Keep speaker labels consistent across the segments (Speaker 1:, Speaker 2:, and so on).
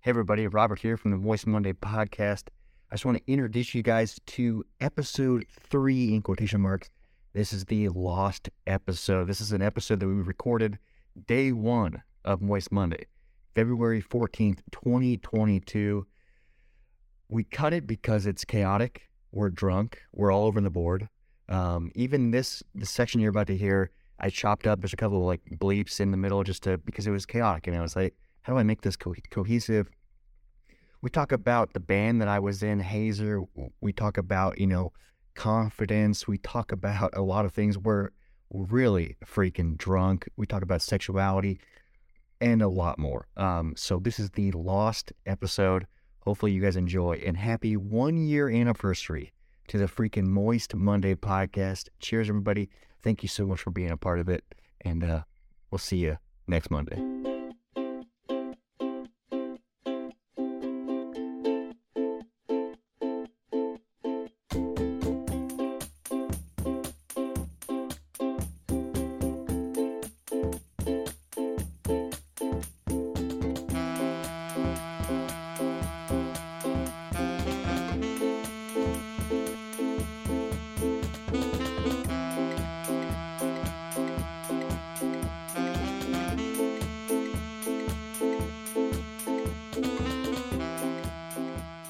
Speaker 1: Hey, everybody, Robert here from the Voice Monday podcast. I just want to introduce you guys to episode three, in quotation marks. This is the lost episode. This is an episode that we recorded day one of Moist Monday, February 14th, 2022. We cut it because it's chaotic. We're drunk. We're all over the board. Um, even this, the section you're about to hear, I chopped up. There's a couple of like bleeps in the middle just to, because it was chaotic. And I was like, how do I make this co- cohesive? We talk about the band that I was in, Hazer. We talk about, you know, confidence. We talk about a lot of things. We're really freaking drunk. We talk about sexuality and a lot more. Um, so this is the lost episode. Hopefully you guys enjoy and happy one year anniversary to the freaking Moist Monday podcast. Cheers, everybody. Thank you so much for being a part of it. And uh, we'll see you next Monday.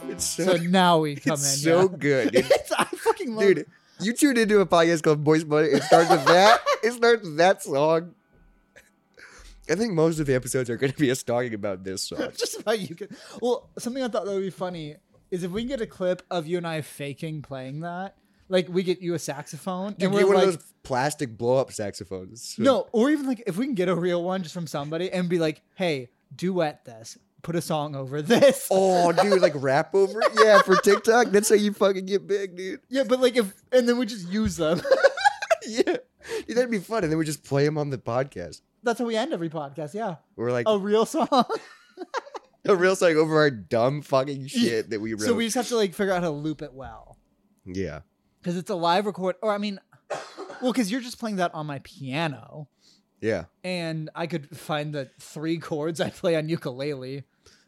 Speaker 2: It's
Speaker 3: So
Speaker 2: so,
Speaker 3: now we come in.
Speaker 2: it's so
Speaker 3: yeah.
Speaker 2: good, dude.
Speaker 3: It's- I fucking love
Speaker 2: Dude,
Speaker 3: it.
Speaker 2: You tuned into a podcast called Boys Money. It starts with that. It starts with that song. I think most of the episodes are going to be us talking about this song.
Speaker 3: Just about you. Can, well, something I thought that would be funny is if we can get a clip of you and I faking playing that. Like we get you a saxophone,
Speaker 2: Dude, get
Speaker 3: and we're
Speaker 2: one
Speaker 3: like,
Speaker 2: of those plastic blow up saxophones.
Speaker 3: no, or even like if we can get a real one just from somebody and be like, hey, duet this, put a song over this.
Speaker 2: Oh, dude, like rap over it? Yeah, for TikTok. That's how you fucking get big, dude.
Speaker 3: Yeah, but like if, and then we just use them.
Speaker 2: Yeah. Dude, that'd be fun. And then we just play them on the podcast.
Speaker 3: That's how we end every podcast. Yeah,
Speaker 2: We're like
Speaker 3: a real song.
Speaker 2: a real song over our dumb fucking shit that we wrote.
Speaker 3: so we just have to like figure out how to loop it well
Speaker 2: yeah.
Speaker 3: because it's a live record. Or I mean, well, because you're just playing that on my piano.
Speaker 2: Yeah.
Speaker 3: and I could find the three chords I play on ukulele.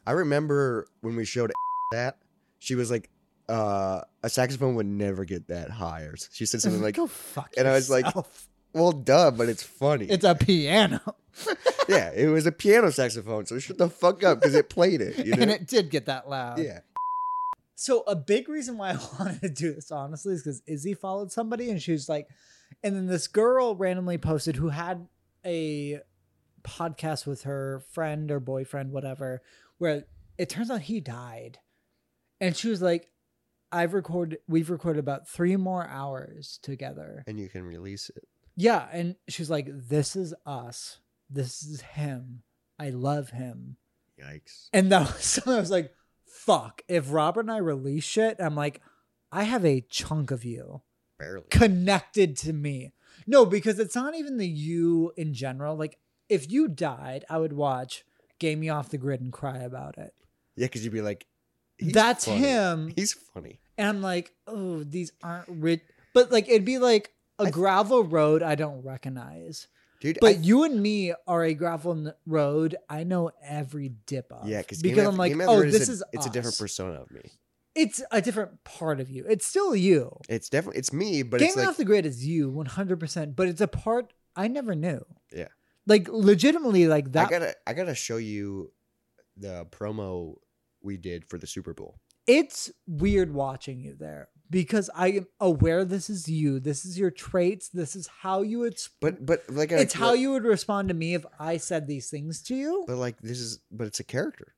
Speaker 2: I remember when we showed that, she was like, uh, a saxophone would never get that high. Or s- she said something like,
Speaker 3: Go fuck
Speaker 2: and I was like-
Speaker 3: yourself.
Speaker 2: well, duh, but it's funny.
Speaker 3: it's a piano,
Speaker 2: yeah, it was a piano saxophone. So shut the fuck up because it played it. You know?
Speaker 3: and it did get that loud.
Speaker 2: yeah.
Speaker 3: So a big reason why I wanted to do this, honestly, is because Izzy followed somebody, and she was like, and then this girl randomly posted who had a podcast with her friend or boyfriend, whatever, where it turns out he died, and she was like. I've recorded, we've recorded about three more hours together.
Speaker 2: And you can release it.
Speaker 3: Yeah, and she's like, "This is us. This is him. I love him."
Speaker 2: Yikes.
Speaker 3: And that was something I was like, "Fuck! If Robert and I release shit, I'm like, I have a chunk of you
Speaker 2: Barely.
Speaker 3: connected to me." No, because it's not even the you in general. Like, if you died, I would watch Game Me Off the Grid and cry about it.
Speaker 2: Yeah, because you'd be like, "He's
Speaker 3: That's
Speaker 2: funny.
Speaker 3: him,
Speaker 2: He's funny.
Speaker 3: and I'm like, "Oh, these aren't rich." But like, it'd be like a
Speaker 2: I-
Speaker 3: gravel road I don't recognize.
Speaker 2: Dude,
Speaker 3: But
Speaker 2: I-
Speaker 3: you and me are a gravel n- road. I know every dip of.
Speaker 2: yeah, because
Speaker 3: because I'm like, oh, this
Speaker 2: a,
Speaker 3: is
Speaker 2: it's a different
Speaker 3: us.
Speaker 2: persona of me.
Speaker 3: It's a different part of you. It's still you.
Speaker 2: It's definitely it's me, but
Speaker 3: Game
Speaker 2: it's like
Speaker 3: off the grid is you 100, percent but it's a part I never knew.
Speaker 2: Yeah.
Speaker 3: like legitimately, like
Speaker 2: I
Speaker 3: that.
Speaker 2: gotta I gotta show you the promo we did for the Super Bowl.
Speaker 3: it's weird watching you there because I am aware this is you. This is your traits. This is how you would. sp-
Speaker 2: But but like
Speaker 3: it's
Speaker 2: I,
Speaker 3: how you would respond to me if I said these things to you.
Speaker 2: But like this is but it's a character.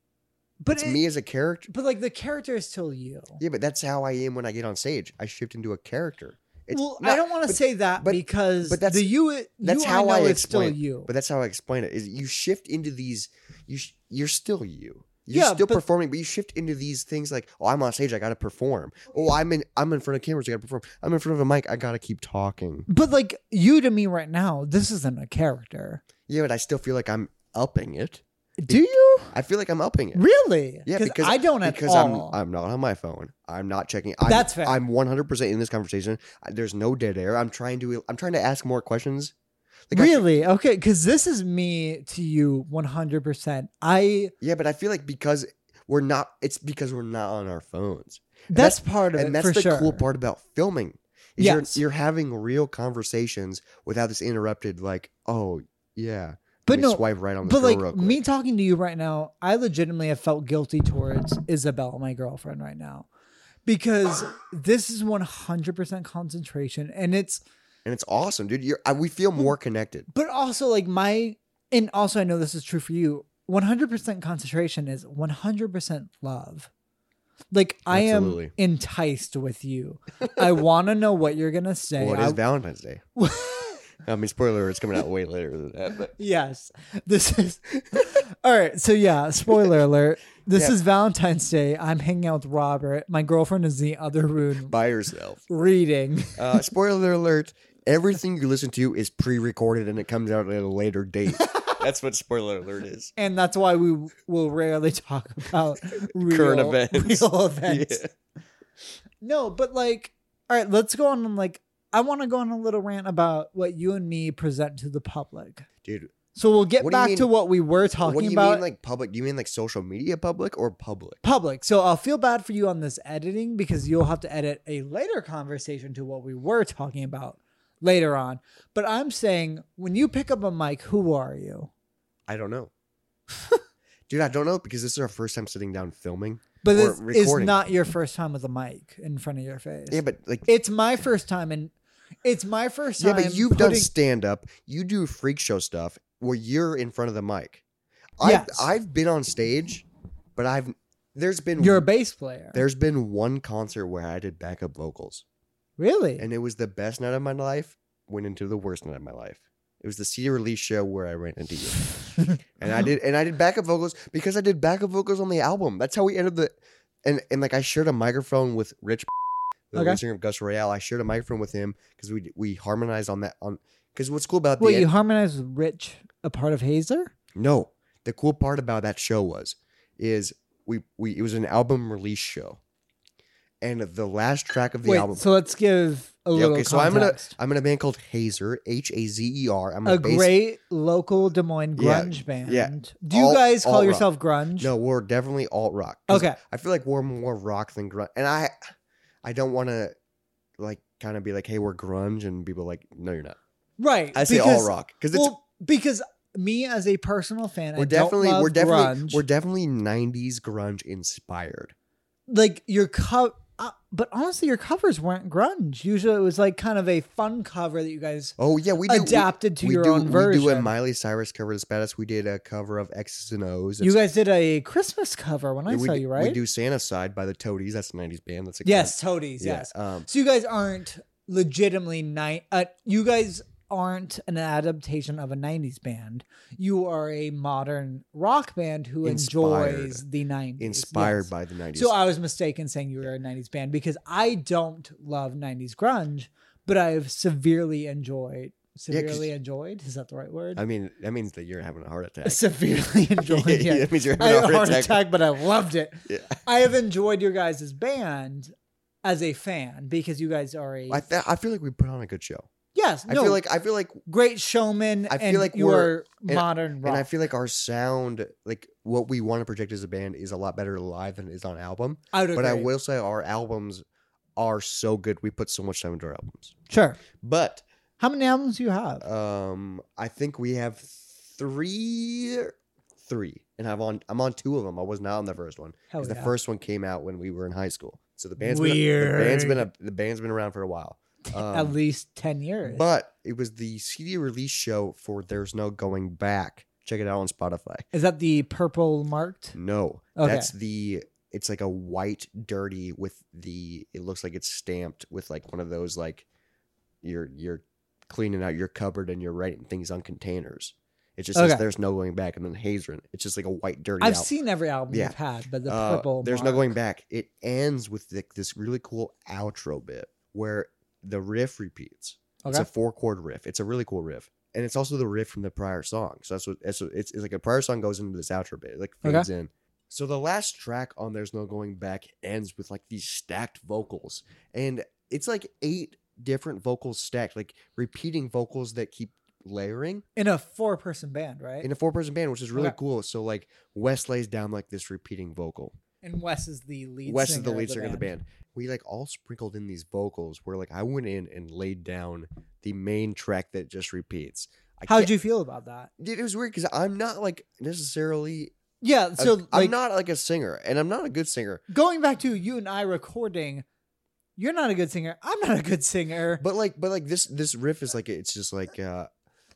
Speaker 3: But
Speaker 2: it's
Speaker 3: it-
Speaker 2: me as a character.
Speaker 3: But like the character is still you.
Speaker 2: Yeah, but that's how I am when I get on stage. I shift into a character. It's,
Speaker 3: well,
Speaker 2: not-
Speaker 3: I don't want to
Speaker 2: but-
Speaker 3: say that
Speaker 2: but-
Speaker 3: because
Speaker 2: but that's-
Speaker 3: the you.
Speaker 2: that's
Speaker 3: you
Speaker 2: how
Speaker 3: I,
Speaker 2: I
Speaker 3: know is still
Speaker 2: explain it,
Speaker 3: you.
Speaker 2: But that's how I explain it. Is you shift into these. You sh- you're still you. You're
Speaker 3: Yeah,
Speaker 2: still
Speaker 3: but-
Speaker 2: performing, but you shift into these things like, oh, I'm on stage, I gotta perform. Oh, I'm in, I'm in front of cameras, I gotta perform. I'm in front of a mic, I gotta keep talking.
Speaker 3: But like you to me right now, this isn't a character.
Speaker 2: Yeah, but I still feel like I'm upping it.
Speaker 3: Do you
Speaker 2: I feel like I'm upping it.
Speaker 3: really?
Speaker 2: Yeah, because
Speaker 3: I don't at
Speaker 2: because
Speaker 3: all.
Speaker 2: I'm I'm not on my phone. I'm not checking. I'm,
Speaker 3: That's fair.
Speaker 2: I'm 100 percent in this conversation. I- There's no dead air. I'm trying to I'm trying to ask more questions. I-
Speaker 3: really okay? Because this is me to you, one hundred percent. I
Speaker 2: yeah, but I feel like because we're not. It's because we're not on our phones,
Speaker 3: That's, part of it
Speaker 2: and that's
Speaker 3: for
Speaker 2: the
Speaker 3: sure.
Speaker 2: cool part about filming. Is
Speaker 3: Yes.
Speaker 2: you're, you're having real conversations without this interrupted. Like, oh yeah,
Speaker 3: But
Speaker 2: Let me
Speaker 3: no,
Speaker 2: swipe right on the
Speaker 3: but
Speaker 2: girl
Speaker 3: like
Speaker 2: real quick.
Speaker 3: me talking to you right now, I legitimately have felt guilty towards Isabel, my girlfriend, right now, because this is one hundred percent concentration, and it's
Speaker 2: and it's awesome, dude. You're, I, we feel more connected.
Speaker 3: but also like my and also I know this is true for you. One hundred percent concentration is one hundred percent love. Like I
Speaker 2: Absolutely.
Speaker 3: am enticed with you. I want to know what you're gonna say.
Speaker 2: Well, it
Speaker 3: I-
Speaker 2: is Valentine's Day. I mean, spoiler, it's coming out way later than that. But
Speaker 3: Yes. This is all right. So yeah, spoiler alert. This
Speaker 2: Yeah.
Speaker 3: is Valentine's Day. I'm hanging out with Robert. My girlfriend is in the other room
Speaker 2: by yourself.
Speaker 3: reading.
Speaker 2: Uh, spoiler alert: everything you listen to is pre-recorded and it comes out at a later date. That's what spoiler alert is.
Speaker 3: And that's why we will rarely talk about real,
Speaker 2: events.
Speaker 3: Real events. No, but like, all right, let's go on like I want to go on a little rant about what you and me present to the public.
Speaker 2: Dude,
Speaker 3: So we'll get
Speaker 2: What do you
Speaker 3: back
Speaker 2: mean-
Speaker 3: to what we were
Speaker 2: what do
Speaker 3: talking
Speaker 2: you
Speaker 3: about
Speaker 2: mean like public? Do you mean like social media public or public?
Speaker 3: public. So I'll feel bad for you on this editing because you'll have to edit a later conversation to what we were talking about later on. But I'm saying when you pick up a mic, who are you?
Speaker 2: I don't know. Dude, I don't know because this is our first time sitting down filming.
Speaker 3: But
Speaker 2: Or
Speaker 3: this is
Speaker 2: recording.
Speaker 3: not your first time with a mic in front of your face.
Speaker 2: Yeah, but like
Speaker 3: it's my first time and it's my first
Speaker 2: Yeah,
Speaker 3: time.
Speaker 2: but you've done
Speaker 3: putting-
Speaker 2: stand up. You do freak show stuff where you're in front of the mic.
Speaker 3: Yes.
Speaker 2: I've I've been on stage, but I've there's been
Speaker 3: You're a bass player.
Speaker 2: there's been one concert where I did backup vocals,
Speaker 3: really?
Speaker 2: and it was the best night of my life. Went into the worst night of my life. It was the CD release show where I ran into you, and
Speaker 3: Oh.
Speaker 2: I did and I did backup vocals because I did backup vocals on the album. That's how we ended the, and and like I shared a microphone with Rich, the
Speaker 3: Okay.
Speaker 2: lead singer of Gus Royale. I shared a microphone with him because we we harmonized on that on because what's cool about the
Speaker 3: Wait,
Speaker 2: end-
Speaker 3: you harmonized with Rich, a part of Hazer?
Speaker 2: No, the cool part about that show was, is we we it was an album release show, and the last track of the
Speaker 3: Wait,
Speaker 2: album.
Speaker 3: so let's give a
Speaker 2: Yeah,
Speaker 3: little
Speaker 2: okay, so I'm gonna
Speaker 3: context.
Speaker 2: I'm in a band called Hazer, H A Z E R. I'm
Speaker 3: a
Speaker 2: bass-
Speaker 3: great local Des Moines
Speaker 2: Yeah,
Speaker 3: grunge band.
Speaker 2: yeah.
Speaker 3: Do you
Speaker 2: Alt-
Speaker 3: guys call
Speaker 2: alt rock.
Speaker 3: yourself grunge?
Speaker 2: No, we're definitely alt rock. 'Cause
Speaker 3: Okay.
Speaker 2: I feel like we're more rock than grunge, and I, I don't want to, like, kind of be like, hey, we're grunge, and people are like, no, you're not.
Speaker 3: Right.
Speaker 2: I say
Speaker 3: because,
Speaker 2: alt rock because it's
Speaker 3: Well, because me as a personal fan,
Speaker 2: we're
Speaker 3: I
Speaker 2: definitely
Speaker 3: don't love
Speaker 2: we're definitely
Speaker 3: grunge.
Speaker 2: we're definitely '90s grunge inspired.
Speaker 3: like your cover. Uh, but honestly, your covers weren't grunge. Usually, it was like kind of a fun cover that you guys
Speaker 2: Oh yeah, we do, we-
Speaker 3: adapted to
Speaker 2: we
Speaker 3: your
Speaker 2: do,
Speaker 3: own version.
Speaker 2: We do a Miley Cyrus cover that's badass. We did a cover of X's and O's.
Speaker 3: you
Speaker 2: That's-
Speaker 3: guys did a Christmas cover when I
Speaker 2: we
Speaker 3: saw
Speaker 2: do-
Speaker 3: you, right?
Speaker 2: We do Santa's Side by the Toadies. That's a 90s band. That's a
Speaker 3: Yes, toadies.
Speaker 2: Yeah,
Speaker 3: Yes.
Speaker 2: Um,
Speaker 3: So you guys aren't legitimately night. Uh, you guys aren't an adaptation of a '90s band. You are a modern rock band who
Speaker 2: Inspired.
Speaker 3: enjoys the '90s.
Speaker 2: inspired
Speaker 3: yes.
Speaker 2: by the 90s.
Speaker 3: So uh, I was mistaken saying you were a '90s band because I don't love '90s grunge, but I've severely enjoyed. Severely enjoyed? Is that the right word?
Speaker 2: I mean, that means that you're having a heart attack.
Speaker 3: severely enjoyed. Yeah.
Speaker 2: that means you're
Speaker 3: I
Speaker 2: having
Speaker 3: had
Speaker 2: a
Speaker 3: a
Speaker 2: heart, attack.
Speaker 3: but I loved it.
Speaker 2: Yeah.
Speaker 3: I have enjoyed your guys' band as a fan because you guys are a
Speaker 2: I, th- I feel like we put on a good show.
Speaker 3: yes,
Speaker 2: I
Speaker 3: no,
Speaker 2: feel like I feel like
Speaker 3: great showman.
Speaker 2: I feel
Speaker 3: and
Speaker 2: like
Speaker 3: you
Speaker 2: we're-
Speaker 3: are
Speaker 2: and-
Speaker 3: modern rock.
Speaker 2: and I feel like our sound, like what we want to project as a band, is a lot better live than it is on album.
Speaker 3: I would
Speaker 2: But I
Speaker 3: agree.
Speaker 2: will say our albums are so good. We put so much time into our albums.
Speaker 3: sure.
Speaker 2: But
Speaker 3: How many albums do you have?
Speaker 2: Um, I think we have three, three, and I'm on. I'm on two of them. I was not on the first one
Speaker 3: Hell
Speaker 2: because the
Speaker 3: Oh, yeah.
Speaker 2: first one came out when we were in high school. So the band's been the band's been a, the band's been around for a while.
Speaker 3: at
Speaker 2: Um,
Speaker 3: least ten years.
Speaker 2: but it was the CD release show for "There's No Going Back." Check it out on Spotify.
Speaker 3: Is that the purple marked?
Speaker 2: No,
Speaker 3: Okay.
Speaker 2: that's the. It's like a white dirty with the. It looks like it's stamped with like one of those like, you're you're cleaning out your cupboard and you're writing things on containers. It just says
Speaker 3: Okay.
Speaker 2: there's no going back and then Hazerin. It's just like a white dirty.
Speaker 3: I've
Speaker 2: out-
Speaker 3: seen every album
Speaker 2: Yeah.
Speaker 3: you've had, but the
Speaker 2: Uh,
Speaker 3: purple.
Speaker 2: there's no
Speaker 3: mark-
Speaker 2: going back. It ends with like this really cool outro bit where the riff repeats. It's
Speaker 3: Okay.
Speaker 2: a four chord riff. It's a really cool riff. And it's also the riff from the prior song. So that's what that's what- it's, it's like a prior song goes into this outro bit, it like
Speaker 3: Okay.
Speaker 2: fades in. So the last track on There's No Going Back ends with like these stacked vocals. And it's like eight different vocals stacked, like repeating vocals that keep layering
Speaker 3: in a four-person band, right?
Speaker 2: in a four person band, which is really
Speaker 3: Okay.
Speaker 2: cool. So like Wes lays down like this repeating vocal.
Speaker 3: And Wes is the lead.
Speaker 2: Wes
Speaker 3: singer
Speaker 2: is the lead
Speaker 3: of
Speaker 2: singer of the band. We like all sprinkled in these vocals where like I went in and laid down the main track that just repeats. I
Speaker 3: How
Speaker 2: can't-
Speaker 3: would you feel about that?
Speaker 2: Dude, it was weird because I'm not like necessarily.
Speaker 3: Yeah.
Speaker 2: a-
Speaker 3: So like,
Speaker 2: Uh, I'm not like a singer, and I'm not a good singer.
Speaker 3: going back to you and I recording. You're not a good singer. I'm not a good singer.
Speaker 2: But like, but like this this riff is like it's just like uh,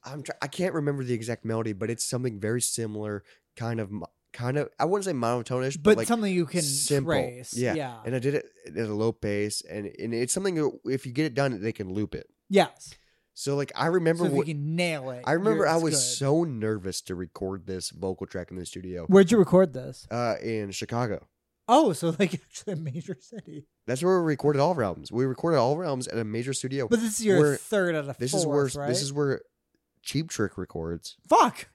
Speaker 2: I'm try- I can't remember the exact melody, but it's something very similar, kind of mo- kind of I wouldn't say monotonish, but,
Speaker 3: but
Speaker 2: like
Speaker 3: something you can
Speaker 2: simple.
Speaker 3: trace.
Speaker 2: Yeah.
Speaker 3: yeah.
Speaker 2: and I did it at a low pace, and and it's something that if you get it done, they can loop it.
Speaker 3: Yes.
Speaker 2: So like I remember
Speaker 3: so if
Speaker 2: what
Speaker 3: you can nail it.
Speaker 2: I remember
Speaker 3: you're-
Speaker 2: I
Speaker 3: it's
Speaker 2: was
Speaker 3: good.
Speaker 2: so nervous to record this vocal track in the studio
Speaker 3: Where'd you record this?
Speaker 2: uh, in Chicago.
Speaker 3: Oh, so like actually a major city.
Speaker 2: That's where we recorded all of our albums. We recorded all of our albums at a major studio.
Speaker 3: But this is your
Speaker 2: We're-
Speaker 3: third out of
Speaker 2: this is where
Speaker 3: fourth, right?
Speaker 2: this is where Cheap Trick records
Speaker 3: fuck.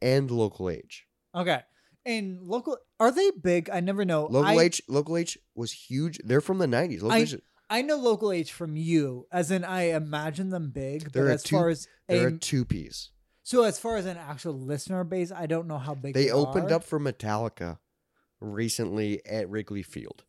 Speaker 2: and Local H.
Speaker 3: Okay. And local are they big? I never know.
Speaker 2: Local
Speaker 3: Oh, I,
Speaker 2: H Local H was huge. They're from the nineties. Local
Speaker 3: I-
Speaker 2: H,
Speaker 3: I know local H from you, as in I imagine them big.
Speaker 2: They're
Speaker 3: but
Speaker 2: a
Speaker 3: as
Speaker 2: two-
Speaker 3: far as
Speaker 2: they're
Speaker 3: a,
Speaker 2: a two piece.
Speaker 3: so as far as an actual listener base, I don't know how big
Speaker 2: They
Speaker 3: are.
Speaker 2: opened up for Metallica recently at Wrigley Field.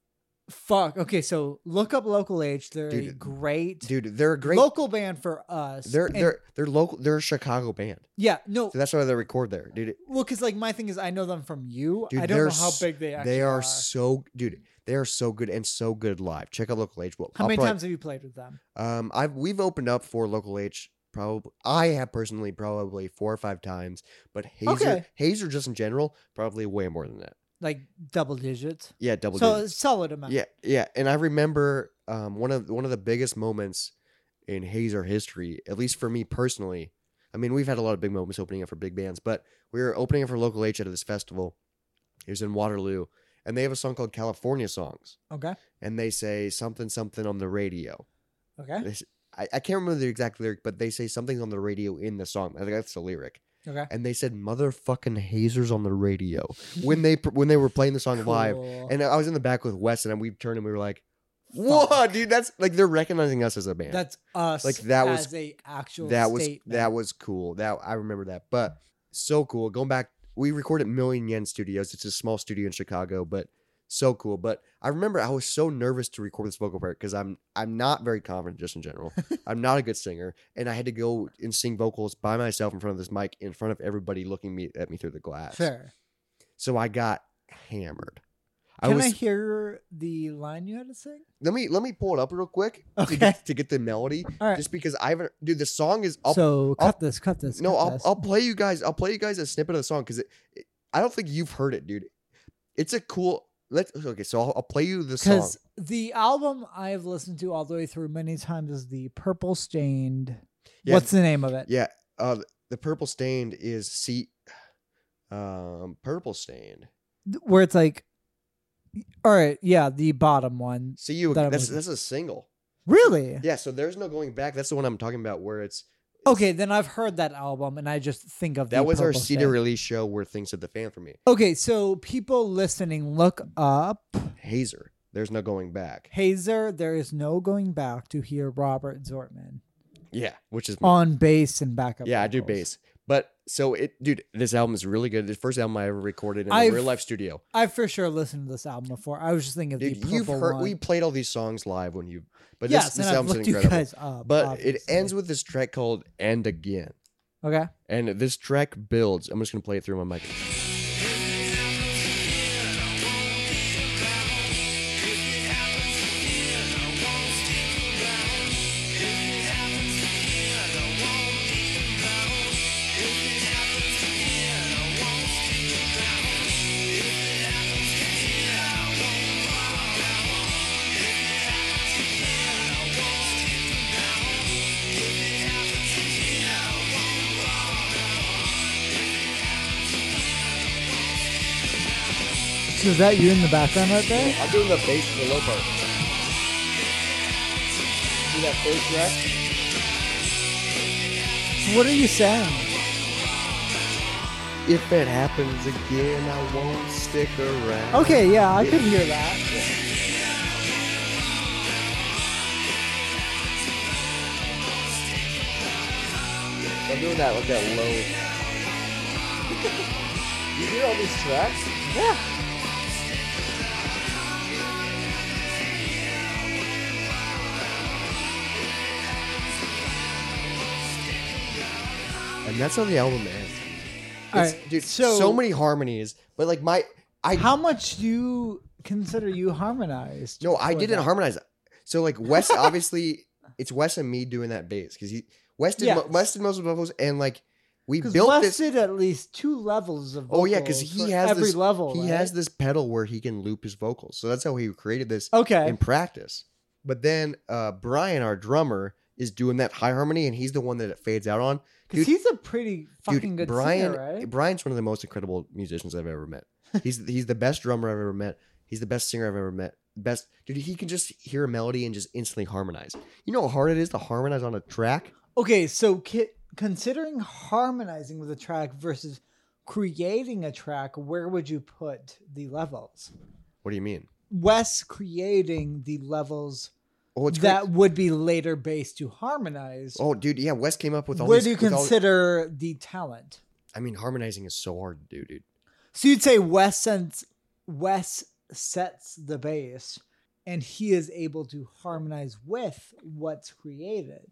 Speaker 3: Fuck. Okay, so look up local H. They're a
Speaker 2: Dude,
Speaker 3: great,
Speaker 2: Dude, they're a great.
Speaker 3: local band for us.
Speaker 2: they're
Speaker 3: and-
Speaker 2: they're they're local. They're a Chicago band.
Speaker 3: yeah. No,
Speaker 2: So that's why they record there, dude.
Speaker 3: Well, because like my thing is, I know them from you.
Speaker 2: Dude,
Speaker 3: I don't
Speaker 2: they're
Speaker 3: know how
Speaker 2: s-
Speaker 3: big they actually
Speaker 2: They are
Speaker 3: are.
Speaker 2: so dude. They are so good and so good live. Check out Local H. Well,
Speaker 3: how
Speaker 2: I'll
Speaker 3: many
Speaker 2: probably-
Speaker 3: times have you played with them?
Speaker 2: Um, I've we've opened up for Local H. Probably I have personally probably four or five times, but Hazer
Speaker 3: Okay.
Speaker 2: Hazer just in general probably way more than that.
Speaker 3: Like double digits.
Speaker 2: Yeah, double.
Speaker 3: so
Speaker 2: digits.
Speaker 3: a solid amount.
Speaker 2: yeah, yeah. And I remember um one of one of the biggest moments in Hazer history, at least for me personally. I mean, we've had a lot of big moments opening up for big bands, but we were opening up for Local H at this festival. It was in Waterloo, and they have a song called California Songs,
Speaker 3: Okay.
Speaker 2: and they say something something on the radio.
Speaker 3: Okay.
Speaker 2: This, I, I can't remember the exact lyric, but they say something on the radio in the song. I think that's the lyric.
Speaker 3: Okay.
Speaker 2: And they said "motherfucking hazers" on the radio when they when they were playing the song live.
Speaker 3: Cool.
Speaker 2: And I was in the back with Wes, and we turned and we were like, "Whoa, dude! That's like they're recognizing us as a band.
Speaker 3: that's us.
Speaker 2: Like, that was-
Speaker 3: as a actual
Speaker 2: that was
Speaker 3: statement.
Speaker 2: that was cool. That I remember that. But so cool. Going back, we recorded Million Yen Studios. It's a small studio in Chicago, but so cool. But I remember I was so nervous to record this vocal part because I'm I'm not very confident just in general. I'm not a good singer, and I had to go and sing vocals by myself in front of this mic in front of everybody looking me at me through the glass.
Speaker 3: fair.
Speaker 2: So I got hammered. I
Speaker 3: Can I,
Speaker 2: was
Speaker 3: hear the line you had to sing?
Speaker 2: let me let me pull it up real quick to,
Speaker 3: Okay.
Speaker 2: get, to get the melody.
Speaker 3: All right.
Speaker 2: Just because I haven't dude, the song is up
Speaker 3: so
Speaker 2: I'll-
Speaker 3: cut this. Cut this.
Speaker 2: no,
Speaker 3: cut
Speaker 2: I'll,
Speaker 3: this.
Speaker 2: I'll play you guys. I'll play you guys a snippet of the song because it, it- I don't think you've heard it, dude. It's a cool. Let's okay. So I'll, I'll play you the song.
Speaker 3: because the album I have listened to all the way through many times is the Purple Stained.
Speaker 2: Yeah.
Speaker 3: What's the name of it?
Speaker 2: Yeah. Uh, the purple stained is C. Um, purple stained.
Speaker 3: Th- Where it's like, all right, yeah, the bottom one.
Speaker 2: See you.
Speaker 3: That
Speaker 2: ag-
Speaker 3: I'm
Speaker 2: That's
Speaker 3: looking-
Speaker 2: that's a single.
Speaker 3: Really?
Speaker 2: Yeah. So there's no going back. That's the one I'm talking about. Where it's
Speaker 3: Okay, then I've heard that album, and I just think of
Speaker 2: that
Speaker 3: the
Speaker 2: was our
Speaker 3: Purple
Speaker 2: CD
Speaker 3: Stain.
Speaker 2: release show where things hit the fan for me.
Speaker 3: Okay, so people listening, look up
Speaker 2: Hazer. There's no going back.
Speaker 3: Hazer. There is no going back to hear Robert Zortman
Speaker 2: Yeah. Which is me.
Speaker 3: on bass and backup.
Speaker 2: yeah. I do
Speaker 3: vocals.
Speaker 2: bass. But so it, dude. This album is really good. The first album I ever recorded in a
Speaker 3: I've-
Speaker 2: real life studio.
Speaker 3: I for sure listened to this album before. I was just thinking of the
Speaker 2: Dude,
Speaker 3: purple
Speaker 2: you've heard
Speaker 3: one.
Speaker 2: we played all these songs live when you, but
Speaker 3: yes,
Speaker 2: this, this
Speaker 3: and I've
Speaker 2: album's
Speaker 3: looked
Speaker 2: incredible.
Speaker 3: you guys up.
Speaker 2: but it
Speaker 3: obviously.
Speaker 2: ends with this track called "And Again,"
Speaker 3: okay.
Speaker 2: and this track builds. I'm just gonna play it through my mic.
Speaker 3: So is that you in the background right there?
Speaker 2: I'm doing the bass and the low part. See that first track?
Speaker 3: What are you saying?
Speaker 2: If it happens again, I won't stick around.
Speaker 3: Okay, yeah, I could hear that.
Speaker 2: I'm doing that with that low. you hear all these tracks?
Speaker 3: Yeah.
Speaker 2: and that's how the album ends.
Speaker 3: All
Speaker 2: It's-
Speaker 3: right,
Speaker 2: dude,
Speaker 3: so-
Speaker 2: so, many harmonies, but like my, I
Speaker 3: How much do you consider you harmonized?
Speaker 2: no, I
Speaker 3: for
Speaker 2: didn't
Speaker 3: that?
Speaker 2: harmonize. it. So like Wes, obviously, it's Wes and me doing that bass because he Wes did mo-
Speaker 3: Yes.
Speaker 2: Wes did most of the vocals, and like we
Speaker 3: 'Cause
Speaker 2: built
Speaker 3: Wes
Speaker 2: this.
Speaker 3: did at least two levels of.
Speaker 2: Oh, yeah, 'cause
Speaker 3: vocals
Speaker 2: he
Speaker 3: for
Speaker 2: has
Speaker 3: every
Speaker 2: this-
Speaker 3: level.
Speaker 2: he
Speaker 3: right?
Speaker 2: has this pedal where he can loop his vocals, so that's how he created this
Speaker 3: Okay.
Speaker 2: in practice. But then uh Brian, our drummer, is doing that high harmony, and he's the one that it fades out on.
Speaker 3: Because
Speaker 2: Dude-
Speaker 3: he's a pretty fucking good
Speaker 2: Brian,
Speaker 3: singer, right?
Speaker 2: Brian's one of the most incredible musicians I've ever met. He's he's the best drummer I've ever met. He's the best singer I've ever met. Best dude, he can just hear a melody and just instantly harmonize. You know how hard it is to harmonize on a track?
Speaker 3: Okay, so ki- considering harmonizing with a track versus creating a track, where would you put the levels?
Speaker 2: What do you mean?
Speaker 3: Wes creating the levels
Speaker 2: Oh, it's
Speaker 3: that
Speaker 2: great.
Speaker 3: would be later based to harmonize.
Speaker 2: Oh, dude, yeah. Wes came up with all
Speaker 3: where
Speaker 2: these.
Speaker 3: do you
Speaker 2: with all-
Speaker 3: consider the talent?
Speaker 2: I mean, harmonizing is so hard to do, dude.
Speaker 3: So you'd say Wes sends Wes sets the bass, and he is able to harmonize with what's created.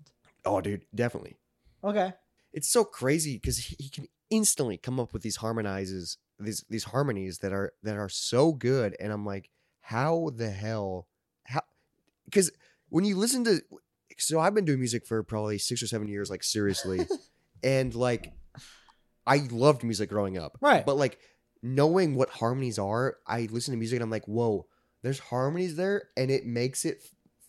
Speaker 2: Oh, dude, definitely.
Speaker 3: Okay.
Speaker 2: It's so crazy because he, he can instantly come up with these harmonizes, these these harmonies that are that are so good, and I'm like, how the hell, how? Because when you listen to, so I've been doing music for probably six or seven years, like seriously, and like, I loved music growing up,
Speaker 3: Right.
Speaker 2: But like knowing what harmonies are, I listen to music and I'm like, whoa, there's harmonies there, and it makes it,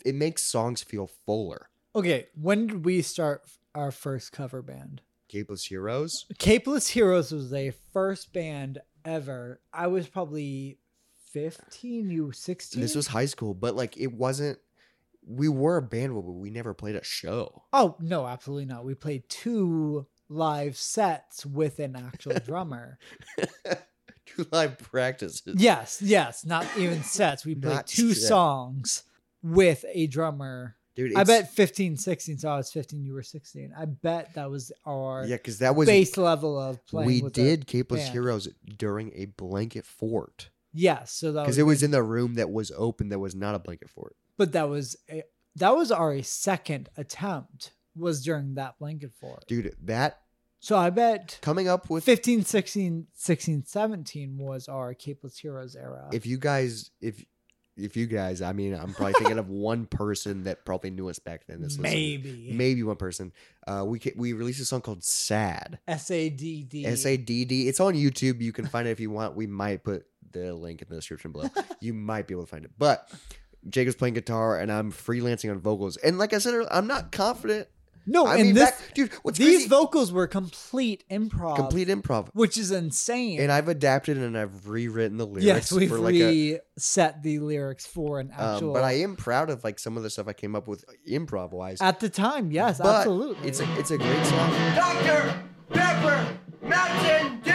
Speaker 2: it makes songs feel fuller.
Speaker 3: Okay. When did we start our first cover band?
Speaker 2: Capeless Heroes.
Speaker 3: Capeless Heroes was the first band ever. I was probably 15, you 16.
Speaker 2: This was high school, but like it wasn't. We were a band, but we never played a show.
Speaker 3: Oh, no, absolutely not. We played two live sets with an actual drummer.
Speaker 2: Two live practices.
Speaker 3: yes, yes, not even sets. We played
Speaker 2: Not
Speaker 3: two
Speaker 2: set.
Speaker 3: songs with a drummer.
Speaker 2: dude.
Speaker 3: I
Speaker 2: it's-
Speaker 3: bet 15, 16. So I was 15, you were 16. I bet that was our
Speaker 2: Yeah, because that was
Speaker 3: base level of playing.
Speaker 2: we
Speaker 3: with a-
Speaker 2: did Capeless
Speaker 3: band.
Speaker 2: Heroes during a blanket fort
Speaker 3: yes, so that
Speaker 2: because
Speaker 3: was,
Speaker 2: it was in the room that was open that was not a blanket fort.
Speaker 3: but that was a, that was our second attempt was during that blanket fort.
Speaker 2: Dude, that
Speaker 3: So I bet
Speaker 2: coming up with
Speaker 3: 15, 16, 16, 17 was our Capeless Heroes era.
Speaker 2: if you guys if if you guys I mean I'm probably thinking of one person that probably knew us back then. This
Speaker 3: maybe
Speaker 2: maybe one person. Uh, we ca- we released a song called "Sad."
Speaker 3: S A D D
Speaker 2: S A D D. It's on YouTube. You can find it if you want. We might put the link in the description below. you might be able to find it. But Jacob's playing guitar and I'm freelancing on vocals. And like I said, earlier, I'm not confident.
Speaker 3: No,
Speaker 2: I
Speaker 3: Oh, and
Speaker 2: mean,
Speaker 3: this,
Speaker 2: back, dude, what's
Speaker 3: these
Speaker 2: crazy?
Speaker 3: vocals were complete improv,
Speaker 2: Complete improv.
Speaker 3: which is insane.
Speaker 2: And I've adapted and I've rewritten the lyrics
Speaker 3: yes, we've
Speaker 2: for like a.
Speaker 3: reset the lyrics for an actual.
Speaker 2: Um, but I am proud of like some of the stuff I came up with improv wise.
Speaker 3: at the time, yes,
Speaker 2: But
Speaker 3: absolutely.
Speaker 2: It's a it's a great song.
Speaker 4: Dr. Pepper, Mountain Dew,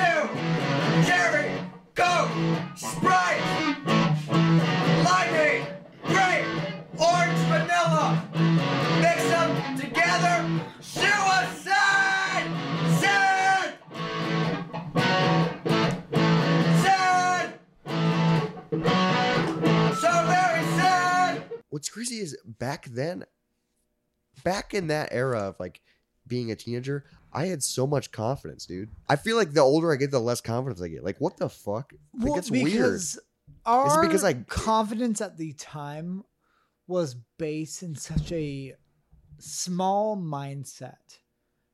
Speaker 4: Jerry, Coke, Sprite, Limeade, Grape, Orange Vanilla. Mix them together. Suicide! Sad! Sad! So very sad!
Speaker 2: What's crazy is back then, back in that era of like being a teenager, I had so much confidence, dude. I feel like the older I get, the less confidence I get. Like, what the fuck? Like, it's weird.
Speaker 3: Our
Speaker 2: it because I-
Speaker 3: confidence at the time was based in such a small mindset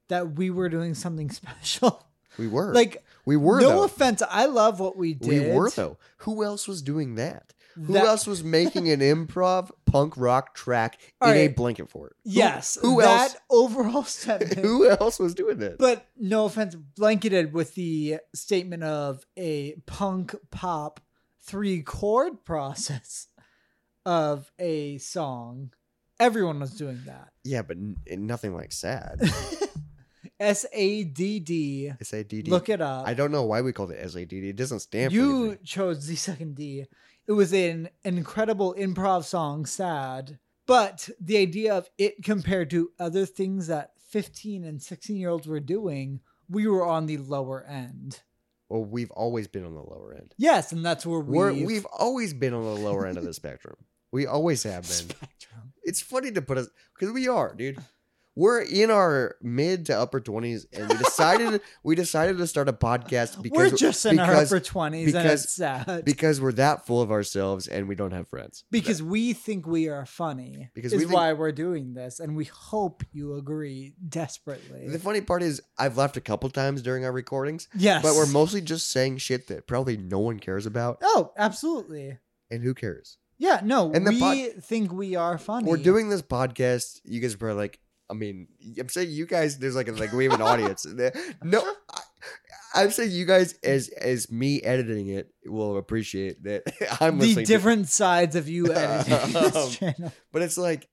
Speaker 3: that we were doing something special.
Speaker 2: We were
Speaker 3: like,
Speaker 2: we were
Speaker 3: no
Speaker 2: though.
Speaker 3: offense, I love what we
Speaker 2: we
Speaker 3: did.
Speaker 2: were though. Who else was doing that? Who
Speaker 3: That-
Speaker 2: else was making an improv punk rock track in
Speaker 3: All
Speaker 2: a
Speaker 3: right.
Speaker 2: blanket fort? Who-
Speaker 3: Yes,
Speaker 2: Who,
Speaker 3: that
Speaker 2: else?
Speaker 3: overall sentence.
Speaker 2: Who else was doing this?
Speaker 3: but no offense, blanketed with the statement of a punk pop three chord process of a song. Everyone was doing that.
Speaker 2: yeah, but n- nothing like sad.
Speaker 3: S A D D.
Speaker 2: S A D D.
Speaker 3: Look it up.
Speaker 2: I don't know why we called it S A D D. It doesn't stand for
Speaker 3: you
Speaker 2: anything.
Speaker 3: chose the second D. It was an incredible improv song, sad. But the idea of it compared to other things that 15 and 16 year olds were doing, we were on the lower end.
Speaker 2: Well, we've always been on the lower end.
Speaker 3: Yes, and that's where
Speaker 2: We're,
Speaker 3: we
Speaker 2: we've always been on the lower end of the spectrum. We always have been.
Speaker 3: spectrum.
Speaker 2: It's funny to put us because we are, dude. We're in our mid to upper twenties, and we decided we decided to start a podcast because
Speaker 3: we're just in
Speaker 2: because,
Speaker 3: our upper 20s and
Speaker 2: because-
Speaker 3: it's sad.
Speaker 2: because we're that full of ourselves and we don't have friends.
Speaker 3: because we think we are funny
Speaker 2: Because
Speaker 3: is
Speaker 2: we think-
Speaker 3: why we're doing this and we hope you agree desperately
Speaker 2: The funny part is I've laughed a couple times during our recordings,
Speaker 3: yes
Speaker 2: but we're mostly just saying shit that probably no one cares about,
Speaker 3: oh absolutely
Speaker 2: and who cares?
Speaker 3: yeah no
Speaker 2: And the
Speaker 3: we
Speaker 2: pod-
Speaker 3: think we are funny
Speaker 2: We're doing this podcast. You guys are probably like, I mean, I'm saying you guys. There's like a, like we have an audience. No, I, I'm saying you guys as as me editing it will appreciate that I'm
Speaker 3: the
Speaker 2: listening. to-
Speaker 3: different sides of you editing
Speaker 2: Um,
Speaker 3: this channel
Speaker 2: but it's like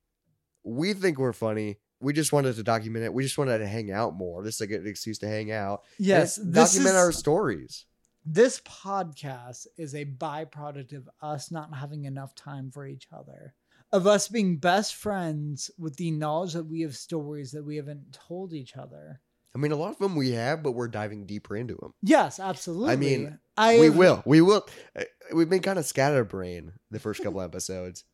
Speaker 2: we think we're funny. We just wanted to document it. We just wanted to hang out more. This is like an excuse to hang out. And
Speaker 3: yes
Speaker 2: it's
Speaker 3: this
Speaker 2: document
Speaker 3: is,
Speaker 2: our stories.
Speaker 3: this podcast is a byproduct of us not having enough time for each other of us being best friends with the knowledge that we have stories that we haven't told each other
Speaker 2: I mean, a lot of them we have, but we're diving deeper into them.
Speaker 3: Yes, absolutely. I
Speaker 2: We will. We will. uh, We've been kind of scatterbrained the first couple episodes,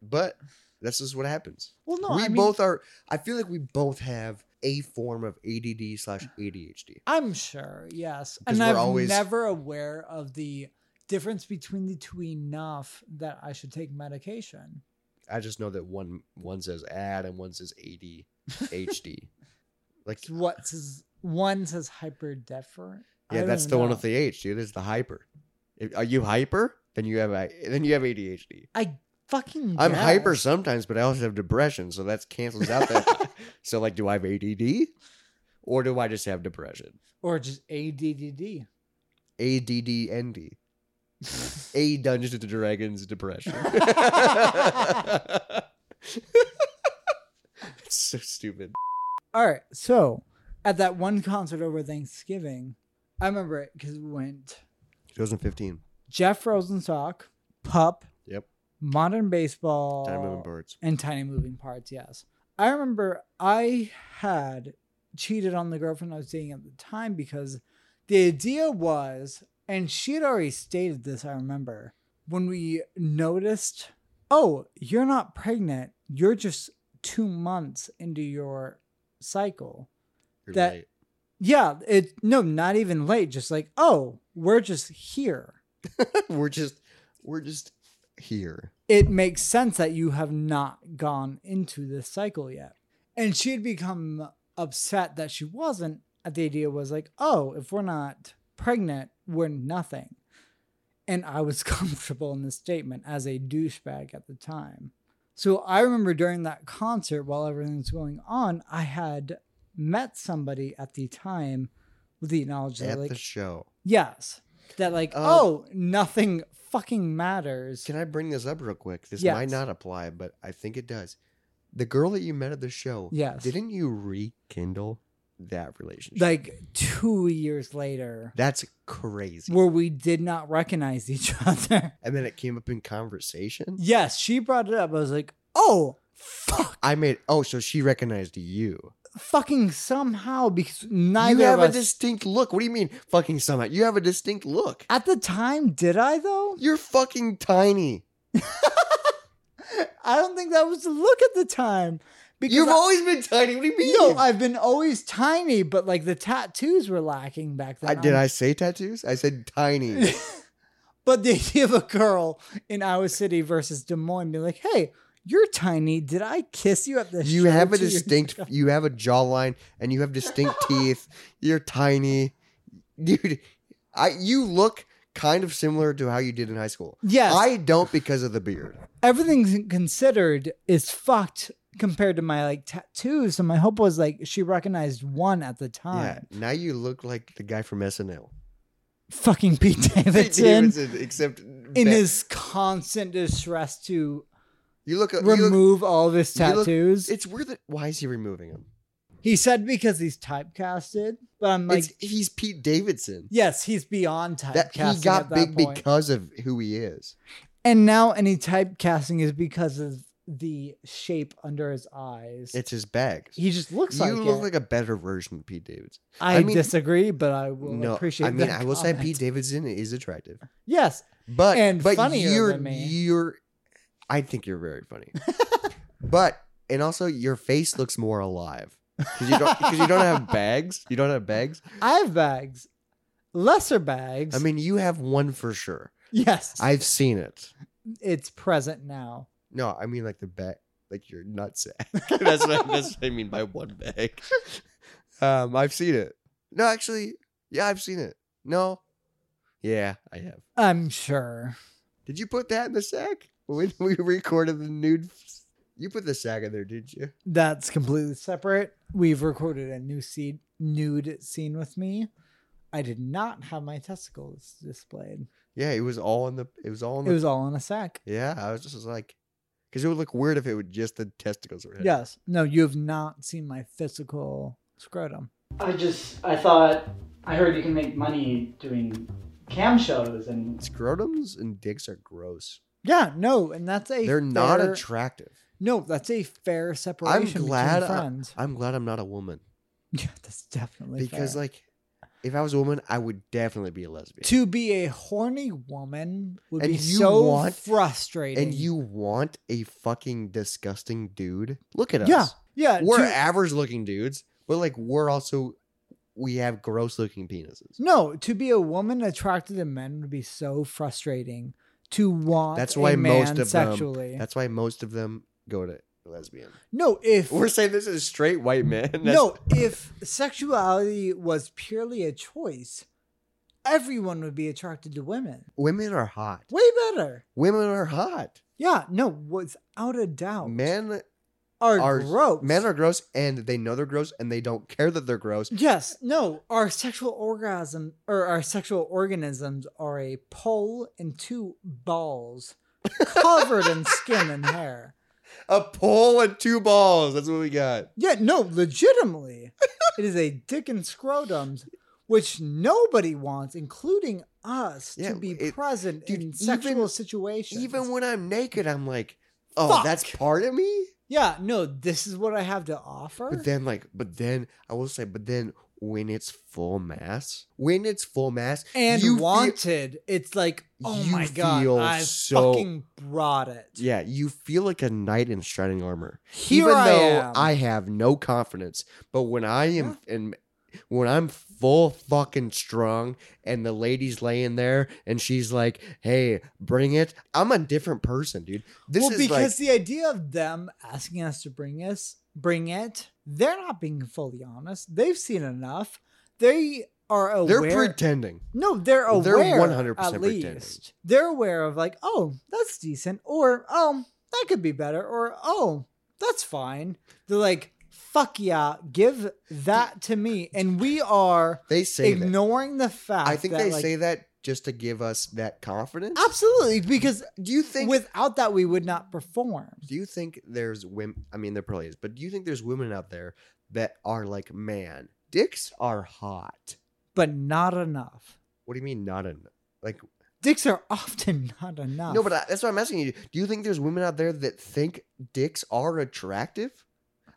Speaker 2: but that's just what happens.
Speaker 3: Well, no,
Speaker 2: we
Speaker 3: I mean,
Speaker 2: both are. I feel like we both have a form of ADD slash ADHD.
Speaker 3: I'm sure. Yes,
Speaker 2: 'Cause
Speaker 3: and
Speaker 2: we're
Speaker 3: I'm
Speaker 2: always-
Speaker 3: never aware of the difference between the two enough that I should take medication.
Speaker 2: I just know that one one says ad and one says ADHD. like
Speaker 3: It's What says one says hyperdefer? I
Speaker 2: yeah,
Speaker 3: don't
Speaker 2: that's the
Speaker 3: know.
Speaker 2: one with the H, dude. It's the hyper. If, are you hyper? Then you have a, then you have ADHD.
Speaker 3: I fucking.
Speaker 2: I'm
Speaker 3: guess.
Speaker 2: hyper sometimes, but I also have depression, so that cancels out that. so like, do I have ADD, or do I just have depression?
Speaker 3: or just ADDD.
Speaker 2: ADDND. A Dungeons and Dragons depression. it's so stupid.
Speaker 3: All right. So at that one concert over Thanksgiving, I remember it because we went
Speaker 2: 2015.
Speaker 3: Jeff Rosenstock, Pup,
Speaker 2: Yep.
Speaker 3: Modern Baseball,
Speaker 2: Time moving parts.
Speaker 3: and tiny moving parts yes i remember i had cheated on the girlfriend i was dating at the time because the idea was and she had already stated this i remember when we noticed oh you're not pregnant you're just two months into your cycle
Speaker 2: You're
Speaker 3: that-
Speaker 2: right.
Speaker 3: yeah it no not even late just like oh we're just here
Speaker 2: we're just we're just here.
Speaker 3: it makes sense that you have not gone into this cycle yet. And she had become upset that she wasn't. At the idea was like, oh, if we're not pregnant, we're nothing. And I was comfortable in this statement as a douchebag at the time. So I remember during that concert, while everything was going on, I had met somebody at the time with the knowledge that,
Speaker 2: at
Speaker 3: like,
Speaker 2: the show.
Speaker 3: yes, that, like,
Speaker 2: Uh,
Speaker 3: oh, nothing fucking matters.
Speaker 2: Can I bring this up real quick? This might
Speaker 3: Yes.
Speaker 2: not apply, but I think it does. The girl that you met at the show,
Speaker 3: Yes.
Speaker 2: didn't you rekindle that relationship?
Speaker 3: like two years later
Speaker 2: That's crazy.
Speaker 3: where we did not recognize each other.
Speaker 2: and then it came up in conversation.
Speaker 3: Yes, she brought it up. I was like, oh, fuck,
Speaker 2: I made oh, so she recognized you.
Speaker 3: fucking somehow because
Speaker 2: you
Speaker 3: neither
Speaker 2: have
Speaker 3: of
Speaker 2: a
Speaker 3: us.
Speaker 2: distinct look. What do you mean, fucking summit? You have a distinct look.
Speaker 3: at the time, did I though?
Speaker 2: You're fucking tiny.
Speaker 3: I don't think that was the look at the time. Because
Speaker 2: You've
Speaker 3: I-
Speaker 2: always been tiny. What do you mean?
Speaker 3: Yo, I've been always tiny, but like the tattoos were lacking back then.
Speaker 2: I, did I say tattoos? I said tiny.
Speaker 3: But the idea of a girl in Iowa City versus Des Moines be like, hey, you're tiny. Did I kiss you at the
Speaker 2: You
Speaker 3: show
Speaker 2: have a
Speaker 3: two years
Speaker 2: distinct. You have a jawline, and you have distinct teeth. You're tiny, dude. I you look kind of similar to how you did in high school.
Speaker 3: Yes.
Speaker 2: I don't because of the beard.
Speaker 3: everything considered is fucked compared to my like tattoos. So my hope was like she recognized one at the
Speaker 2: Yeah.
Speaker 3: time.
Speaker 2: Now you look like the guy from SNL.
Speaker 3: Fucking Pete
Speaker 2: Pete
Speaker 3: Davidson
Speaker 2: Davidson, except
Speaker 3: in
Speaker 2: ba-
Speaker 3: his constant distress to
Speaker 2: You look. You look
Speaker 3: remove all of his
Speaker 2: you look-
Speaker 3: tattoos.
Speaker 2: it's weird that why is he removing him?
Speaker 3: he said because he's typecasted, but I'm like,
Speaker 2: it's, he's Pete Davidson.
Speaker 3: yes, he's beyond typecasting.
Speaker 2: That he got
Speaker 3: at that
Speaker 2: big
Speaker 3: point.
Speaker 2: because of who he is.
Speaker 3: and now any typecasting is because of the shape under his eyes.
Speaker 2: It's his bag.
Speaker 3: he just looks
Speaker 2: You
Speaker 3: like
Speaker 2: look
Speaker 3: it.
Speaker 2: like a better version of Pete Davidson.
Speaker 3: I,
Speaker 2: I mean-
Speaker 3: disagree, but I will
Speaker 2: no,
Speaker 3: appreciate.
Speaker 2: I mean,
Speaker 3: that
Speaker 2: I will say
Speaker 3: comment.
Speaker 2: Pete Davidson is attractive,
Speaker 3: Yes,
Speaker 2: but
Speaker 3: And
Speaker 2: but
Speaker 3: funnier
Speaker 2: you're
Speaker 3: than me.
Speaker 2: you're. I think you're very funny, but and also your face looks more alive because you don't because you don't have bags. You don't have bags.
Speaker 3: I have bags, lesser bags.
Speaker 2: I mean, you have one for sure.
Speaker 3: yes,
Speaker 2: I've seen it.
Speaker 3: it's present now.
Speaker 2: No, I mean like the bag, like your nutsack. that's what that's what I mean by one bag. Um, I've seen it. No, actually, yeah, I've seen it. No, yeah, I have.
Speaker 3: I'm sure.
Speaker 2: Did you put that in the sack when we recorded the nude? You put the sack in there, did you?
Speaker 3: That's completely separate. We've recorded a new scene, nude scene with me. I did not have my testicles displayed.
Speaker 2: Yeah, it was all in the. It was all in
Speaker 3: It
Speaker 2: the.
Speaker 3: was all in a sack.
Speaker 2: yeah, I was just like, because it would look weird if it would just the testicles were. in it.
Speaker 3: Yes. No, you have not seen my physical scrotum.
Speaker 5: I just I thought I heard you can make money doing cam shows and
Speaker 2: Scrotums and dicks are gross.
Speaker 3: Yeah, no, and that's a
Speaker 2: They're not
Speaker 3: fair-
Speaker 2: attractive.
Speaker 3: No, that's a fair separation
Speaker 2: I'm glad. uh,
Speaker 3: between
Speaker 2: I,
Speaker 3: friends.
Speaker 2: I'm glad I'm not a woman
Speaker 3: yeah, that's definitely
Speaker 2: because,
Speaker 3: fair.
Speaker 2: like, if I was a woman, I would definitely be a lesbian.
Speaker 3: to be a horny woman would
Speaker 2: And
Speaker 3: be
Speaker 2: you
Speaker 3: so
Speaker 2: want-
Speaker 3: frustrating.
Speaker 2: and you want a fucking disgusting dude? Look at us.
Speaker 3: Yeah. Uh, Yeah.
Speaker 2: we're
Speaker 3: to-
Speaker 2: average looking dudes, but like we're also we have gross looking penises.
Speaker 3: No, to be a woman attracted to men would be so frustrating. To want
Speaker 2: That's
Speaker 3: a
Speaker 2: why most
Speaker 3: man
Speaker 2: of them-
Speaker 3: sexually.
Speaker 2: That's why most of them go to lesbian.
Speaker 3: no, if
Speaker 2: We're saying this is straight white men. That's-
Speaker 3: no, if sexuality was purely a choice, everyone would be attracted to women.
Speaker 2: women are hot.
Speaker 3: Way better.
Speaker 2: Women are hot.
Speaker 3: Yeah, no, without a doubt.
Speaker 2: Men
Speaker 3: are,
Speaker 2: are
Speaker 3: gross.
Speaker 2: Men are gross, and they know they're gross, and they don't care that they're gross.
Speaker 3: Yes, no, our sexual orgasm or our sexual organisms are a pole and two balls covered in skin and hair.
Speaker 2: A pole and two balls. That's what we got.
Speaker 3: Yeah, no, legitimately. it is a dick and scrotums, which nobody wants, including us,
Speaker 2: Yeah,
Speaker 3: to be
Speaker 2: it-
Speaker 3: present
Speaker 2: dude,
Speaker 3: in
Speaker 2: even-
Speaker 3: sexual situations.
Speaker 2: Even when I'm naked, I'm like, oh,
Speaker 3: Fuck.
Speaker 2: that's part of me.
Speaker 3: yeah, no, this is what I have to offer.
Speaker 2: But then, like, but then I will say, but then when it's full mass, when it's full mass,
Speaker 3: and
Speaker 2: you feel-
Speaker 3: wanted, it's like, oh
Speaker 2: You
Speaker 3: my god,
Speaker 2: feel
Speaker 3: I
Speaker 2: so-
Speaker 3: fucking brought it.
Speaker 2: yeah, you feel like a knight in shining armor.
Speaker 3: Here
Speaker 2: Even
Speaker 3: I
Speaker 2: though
Speaker 3: am.
Speaker 2: I have no confidence, but when I am and when I'm full fucking strong, and the lady's laying there, and she's like, "Hey, bring it," I'm a different person, dude. This
Speaker 3: well,
Speaker 2: is
Speaker 3: because
Speaker 2: like,
Speaker 3: the idea of them asking us to bring us bring it, they're not being fully honest. They've seen enough. They are aware.
Speaker 2: they're pretending.
Speaker 3: No, they're aware.
Speaker 2: They're
Speaker 3: They're
Speaker 2: 100%
Speaker 3: at
Speaker 2: pretending.
Speaker 3: least. They're aware of like, oh, that's decent, or oh, that could be better, or oh, that's fine. They're like, fuck yeah, give that to me, and we are
Speaker 2: They say that.
Speaker 3: ignoring the fact.
Speaker 2: I think
Speaker 3: that,
Speaker 2: they
Speaker 3: like,
Speaker 2: say that just to give us that confidence.
Speaker 3: absolutely because
Speaker 2: Do you think
Speaker 3: without that we would not perform.
Speaker 2: Do you think there's women? I mean, there probably is, but do you think there's women out there that are like, man, dicks are hot?
Speaker 3: But not enough.
Speaker 2: What do you mean, not enough? Like,
Speaker 3: Dicks are often not enough.
Speaker 2: no, but I, that's what I'm asking you. Do you think there's women out there that think dicks are attractive?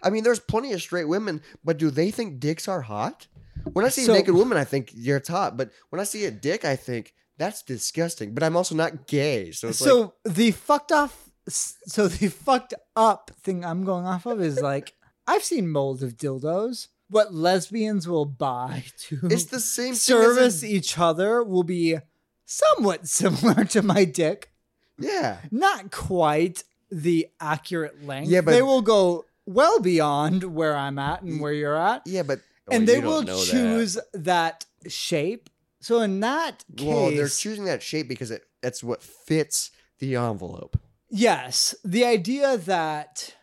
Speaker 2: I mean, there's plenty of straight women, but do they think dicks are hot? When I see
Speaker 3: So-
Speaker 2: a naked woman, I think you're hot, but when I see a dick, I think that's disgusting. But I'm also not gay, so it's like,
Speaker 3: so the fucked off so the fucked up thing i'm going off of is like i've seen molds of dildos what lesbians will buy to
Speaker 2: it's the same
Speaker 3: service
Speaker 2: Thing as
Speaker 3: each other will be somewhat similar to my dick
Speaker 2: a- yeah,
Speaker 3: not quite the accurate length
Speaker 2: Yeah, but-
Speaker 3: they will go well beyond where i'm at and where you're at
Speaker 2: yeah, but
Speaker 3: and
Speaker 2: Oh, you
Speaker 3: they
Speaker 2: don't
Speaker 3: will
Speaker 2: know that.
Speaker 3: choose that. shape so in that case
Speaker 2: Well, they're choosing that shape because it that's what fits the envelope.
Speaker 3: Yes, the idea that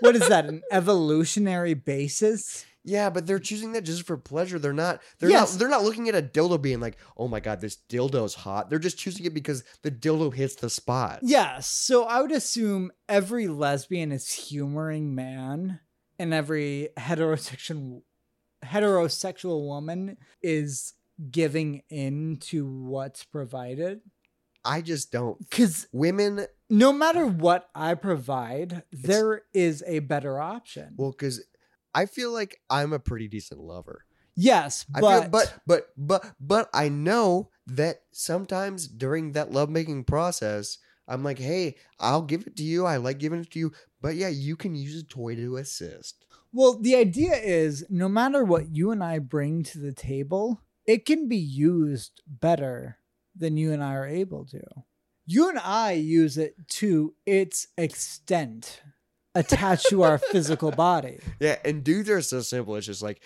Speaker 3: what is that an evolutionary basis?
Speaker 2: Yeah, but they're choosing that just for pleasure. They're not. They're
Speaker 3: Yes.
Speaker 2: not. They're not looking at a dildo being like, "Oh my god, this dildo's hot." They're just choosing it because the dildo hits the spot.
Speaker 3: Yes, so I would assume every lesbian is humoring man, and every heterosexual heterosexual woman is giving in to what's provided.
Speaker 2: I just don't.
Speaker 3: Because
Speaker 2: Women,
Speaker 3: no matter what I provide, there is a better option.
Speaker 2: well, because I feel like I'm a pretty decent lover.
Speaker 3: yes,
Speaker 2: I
Speaker 3: but,
Speaker 2: feel, but but but but I know that sometimes during that lovemaking process, I'm like, hey, I'll give it to you. I like giving it to you. But yeah, you can use a toy to assist.
Speaker 3: Well, the idea is no matter what you and I bring to the table, it can be used better than you and I are able to. You and I use it to its extent attached to our physical body.
Speaker 2: Yeah, and dudes are so simple. It's just like,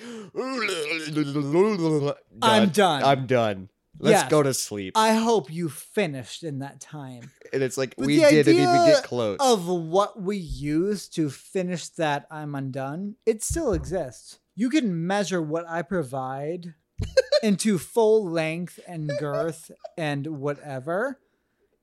Speaker 2: done.
Speaker 3: I'm done. i
Speaker 2: I'm done. Let's
Speaker 3: Yes.
Speaker 2: go to sleep.
Speaker 3: hope you finished in that time
Speaker 2: and it's like
Speaker 3: But
Speaker 2: we
Speaker 3: the
Speaker 2: didn't even
Speaker 3: idea
Speaker 2: get close.
Speaker 3: of what we use to finish that I'm undone. It still exists. You can measure what I provide into full length and girth and whatever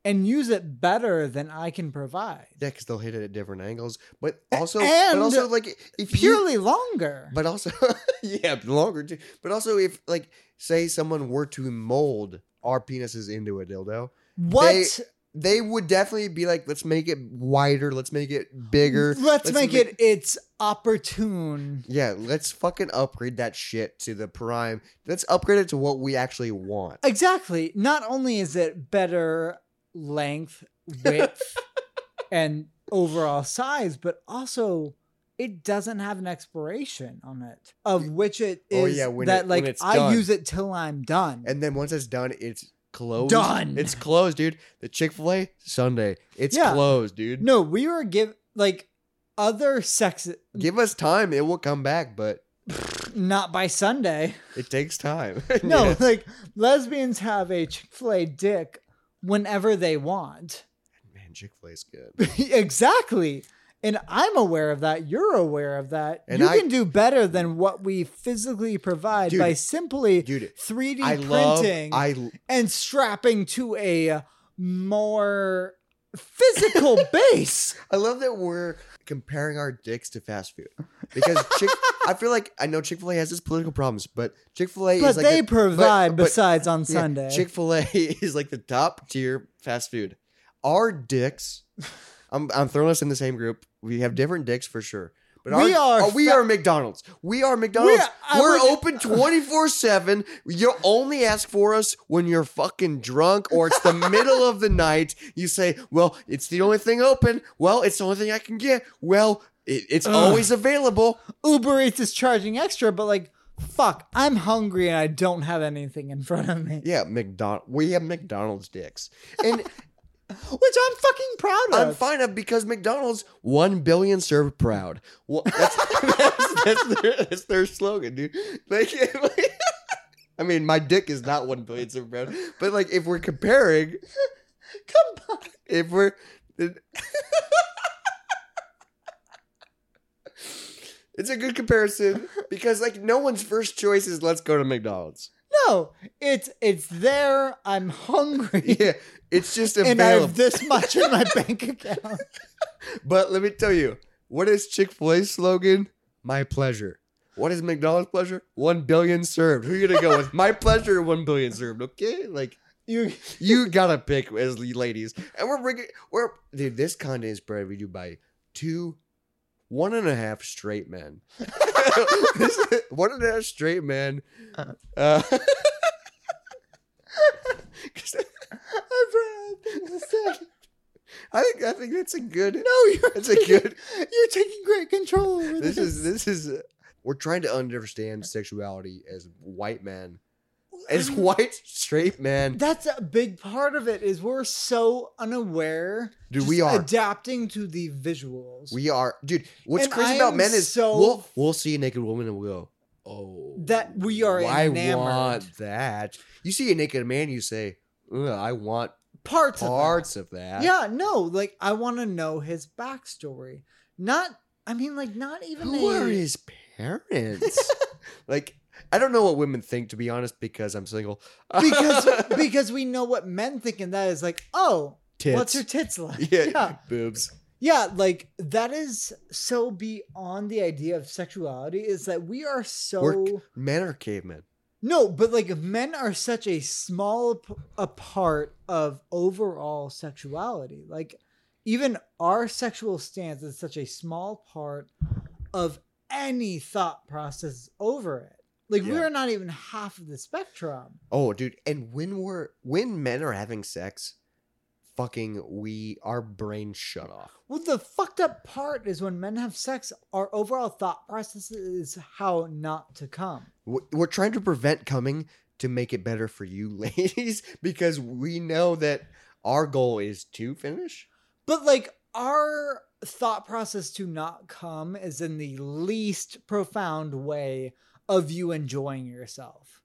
Speaker 3: and use it better than I can provide.
Speaker 2: yeah, because they'll hit it at different angles. But
Speaker 3: A-
Speaker 2: also,
Speaker 3: and
Speaker 2: but also like if you
Speaker 3: Purely longer.
Speaker 2: But also, yeah, longer too. But also, if like say someone were to mold our penises into a dildo,
Speaker 3: what?
Speaker 2: they would definitely be like, let's make it wider, let's make it bigger,
Speaker 3: let's, make it its opportune.
Speaker 2: Yeah, let's fucking upgrade that shit to the prime. Let's upgrade it to what we actually want.
Speaker 3: Exactly. Not only is it better length, width, and overall size, but also it doesn't have an expiration on it, of which it is
Speaker 2: Oh, yeah, when
Speaker 3: that
Speaker 2: it-
Speaker 3: like
Speaker 2: when it's
Speaker 3: I
Speaker 2: done.
Speaker 3: use it till I'm done.
Speaker 2: And then once it's done, it's closed.
Speaker 3: Done.
Speaker 2: It's closed, dude. The Chick Fil A Sunday. It's
Speaker 3: Yeah.
Speaker 2: closed, dude.
Speaker 3: no, we were give like other sex
Speaker 2: Give us time; it will come back, but
Speaker 3: not by Sunday.
Speaker 2: it takes time.
Speaker 3: No,
Speaker 2: Yeah.
Speaker 3: like lesbians have a Chick Fil A dick whenever they want.
Speaker 2: man, Chick Fil A's good.
Speaker 3: exactly. And I'm aware of that. You're aware of that.
Speaker 2: And
Speaker 3: you
Speaker 2: I-
Speaker 3: can do better than what we physically provide
Speaker 2: Dude,
Speaker 3: by simply
Speaker 2: dude,
Speaker 3: 3D
Speaker 2: I love.
Speaker 3: printing
Speaker 2: I
Speaker 3: and strapping to a more physical base.
Speaker 2: I love that we're comparing our dicks to fast food because Chick. I feel like I know Chick Fil A has its political problems, but Chick Fil A
Speaker 3: But
Speaker 2: is like
Speaker 3: they
Speaker 2: the,
Speaker 3: provide
Speaker 2: but- but-
Speaker 3: besides on Sunday.
Speaker 2: Chick Fil A is like the top tier fast food. Our dicks. I'm I'm throwing us in the same group. We have different dicks for sure. But
Speaker 3: We
Speaker 2: our-
Speaker 3: are
Speaker 2: oh, we
Speaker 3: fa-
Speaker 2: are McDonald's. We are McDonald's.
Speaker 3: I
Speaker 2: We're,
Speaker 3: would-
Speaker 2: open 24 7. You only ask for us when you're fucking drunk or it's the middle of the night. You say, Well, it's the only thing open. Well, it's the only thing I can get. Well, it, it's
Speaker 3: Ugh.
Speaker 2: always available.
Speaker 3: Uber Eats is charging extra, but like, fuck, I'm hungry and I don't have anything in front of me,
Speaker 2: Yeah, McDonald. We have McDonald's dicks. And
Speaker 3: which I'm fucking proud of.
Speaker 2: I'm fine up because McDonald's one billion served proud. Well, that's, that's, that's, their, that's their slogan, dude. Like, like- I mean, my dick is not one billion served proud, but like if we're comparing,
Speaker 3: Come on.
Speaker 2: if we're it's a good comparison because like no one's first choice is let's go to McDonald's.
Speaker 3: No, it's it's there. I'm hungry.
Speaker 2: Yeah, it's just
Speaker 3: and I have
Speaker 2: available.
Speaker 3: this much in my bank account.
Speaker 2: But let me tell you, what is Chick Fil A's slogan? My pleasure. What is McDonald's pleasure? One billion served. Who you gonna go with? My pleasure or one billion served? Okay, like
Speaker 3: You
Speaker 2: you gotta pick as the ladies. And we're bringing, we're dude. This content is brought to you by two, one and a half straight men. This is- one and a half straight men. Uh,
Speaker 3: I brought up second.
Speaker 2: I think I think that's a good.
Speaker 3: No, you're
Speaker 2: That's a
Speaker 3: taking-
Speaker 2: good-
Speaker 3: You're taking great control over this.
Speaker 2: this is this is uh, we're trying to understand sexuality as white men as white straight men
Speaker 3: That's a big part of it. Is we're so unaware.
Speaker 2: Dude,
Speaker 3: just
Speaker 2: we are.
Speaker 3: adapting to the visuals.
Speaker 2: we are dude what's
Speaker 3: And
Speaker 2: crazy
Speaker 3: I
Speaker 2: about
Speaker 3: am
Speaker 2: men is
Speaker 3: so-
Speaker 2: we'll, we'll see a naked woman and we'll go oh
Speaker 3: That we are
Speaker 2: i
Speaker 3: enamored.
Speaker 2: want that you see a naked man you say "Ugh, i want
Speaker 3: parts. of that.
Speaker 2: parts of that
Speaker 3: Yeah, no, like I want to know his backstory. Not, I mean, like not even.
Speaker 2: who
Speaker 3: a-
Speaker 2: are his parents like i don't know what women think to be honest because i'm single
Speaker 3: because because we know what men think, and that is like, oh,
Speaker 2: Tits.
Speaker 3: what's her tits like?
Speaker 2: yeah,
Speaker 3: yeah,
Speaker 2: boobs
Speaker 3: Yeah, like that is so beyond the idea of sexuality is that we are so
Speaker 2: We're- men are cavemen
Speaker 3: no, but like men are such a small p- a part of overall sexuality. Like even our sexual stance is such a small part of any thought process over it. Like we
Speaker 2: Yeah.
Speaker 3: are not even half of the spectrum.
Speaker 2: Oh, dude, and when we're when men are having sex, fucking we our brain shut off.
Speaker 3: Well, the fucked up part is when men have sex, our overall thought process is how not to come.
Speaker 2: We're we're trying to prevent coming to make it better for you ladies because we know that our goal is to finish.
Speaker 3: But like our thought process to not come is in the least profound way of you enjoying yourself.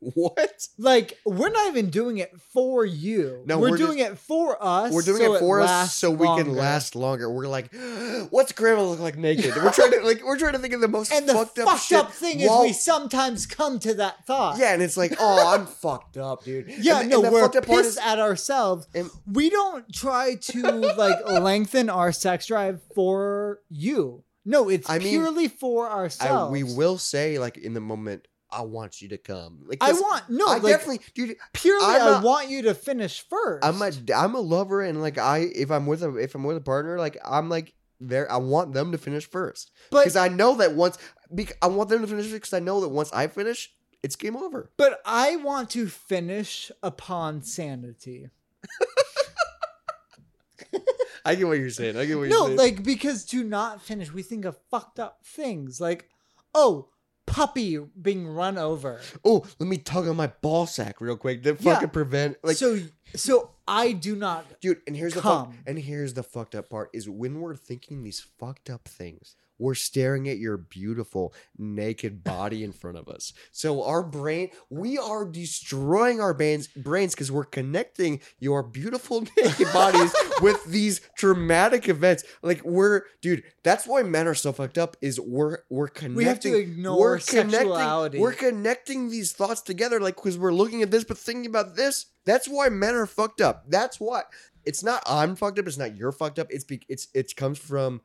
Speaker 2: What?
Speaker 3: Like we're not even doing it for you.
Speaker 2: No,
Speaker 3: we're,
Speaker 2: we're
Speaker 3: doing it for us.
Speaker 2: We're doing
Speaker 3: so
Speaker 2: it for us
Speaker 3: lasts
Speaker 2: so we can
Speaker 3: longer.
Speaker 2: last longer. We're like, what's grandma look like naked? We're trying to like we're trying to think of the most
Speaker 3: And the
Speaker 2: fucked
Speaker 3: fucked
Speaker 2: up shit
Speaker 3: up, thing
Speaker 2: while-
Speaker 3: is we sometimes come to that thought.
Speaker 2: Yeah, and it's like, oh, I'm fucked up, dude.
Speaker 3: Yeah,
Speaker 2: and, the-
Speaker 3: no,
Speaker 2: and the
Speaker 3: we're
Speaker 2: fucked up
Speaker 3: pissed
Speaker 2: part is
Speaker 3: at ourselves.
Speaker 2: and-
Speaker 3: we don't try to like lengthen our sex drive for you. No, it's
Speaker 2: I mean,
Speaker 3: purely for
Speaker 2: I,
Speaker 3: ourselves.
Speaker 2: we will say like in the moment, I want you to come. Like
Speaker 3: I
Speaker 2: this-
Speaker 3: want no,
Speaker 2: I
Speaker 3: like,
Speaker 2: definitely, dude.
Speaker 3: purely.
Speaker 2: I'm
Speaker 3: I
Speaker 2: not-
Speaker 3: want you to finish first.
Speaker 2: I'm a I'm a lover, and like I, if I'm with a if I'm with a partner, like I'm like there. I want them to finish first
Speaker 3: but
Speaker 2: because I know that once. Bec- I want them to finish because I know that once I finish, it's game over.
Speaker 3: but I want to finish upon sanity.
Speaker 2: I get what you're saying. I get what you're
Speaker 3: No,
Speaker 2: saying.
Speaker 3: like because to not finish, we think of fucked up things like, oh, puppy being run over.
Speaker 2: oh, let me tug on my ball sack real quick to
Speaker 3: Yeah.
Speaker 2: fucking prevent like.
Speaker 3: so, so I do not
Speaker 2: dude and here's the fuck,
Speaker 3: Come.
Speaker 2: and here's the fucked up part is when we're thinking these fucked up things we're staring at your beautiful naked body in front of us so our brain we are destroying our brains brains because we're connecting your beautiful naked bodies with these traumatic events like we're dude that's why men are so fucked up is we're we're connecting
Speaker 3: We have to ignore sexuality.
Speaker 2: connecting we're connecting these thoughts together like because we're looking at this but thinking about this that's why men are fucked up that's why it's not i'm fucked up it's not you're fucked up it's be, it's it comes from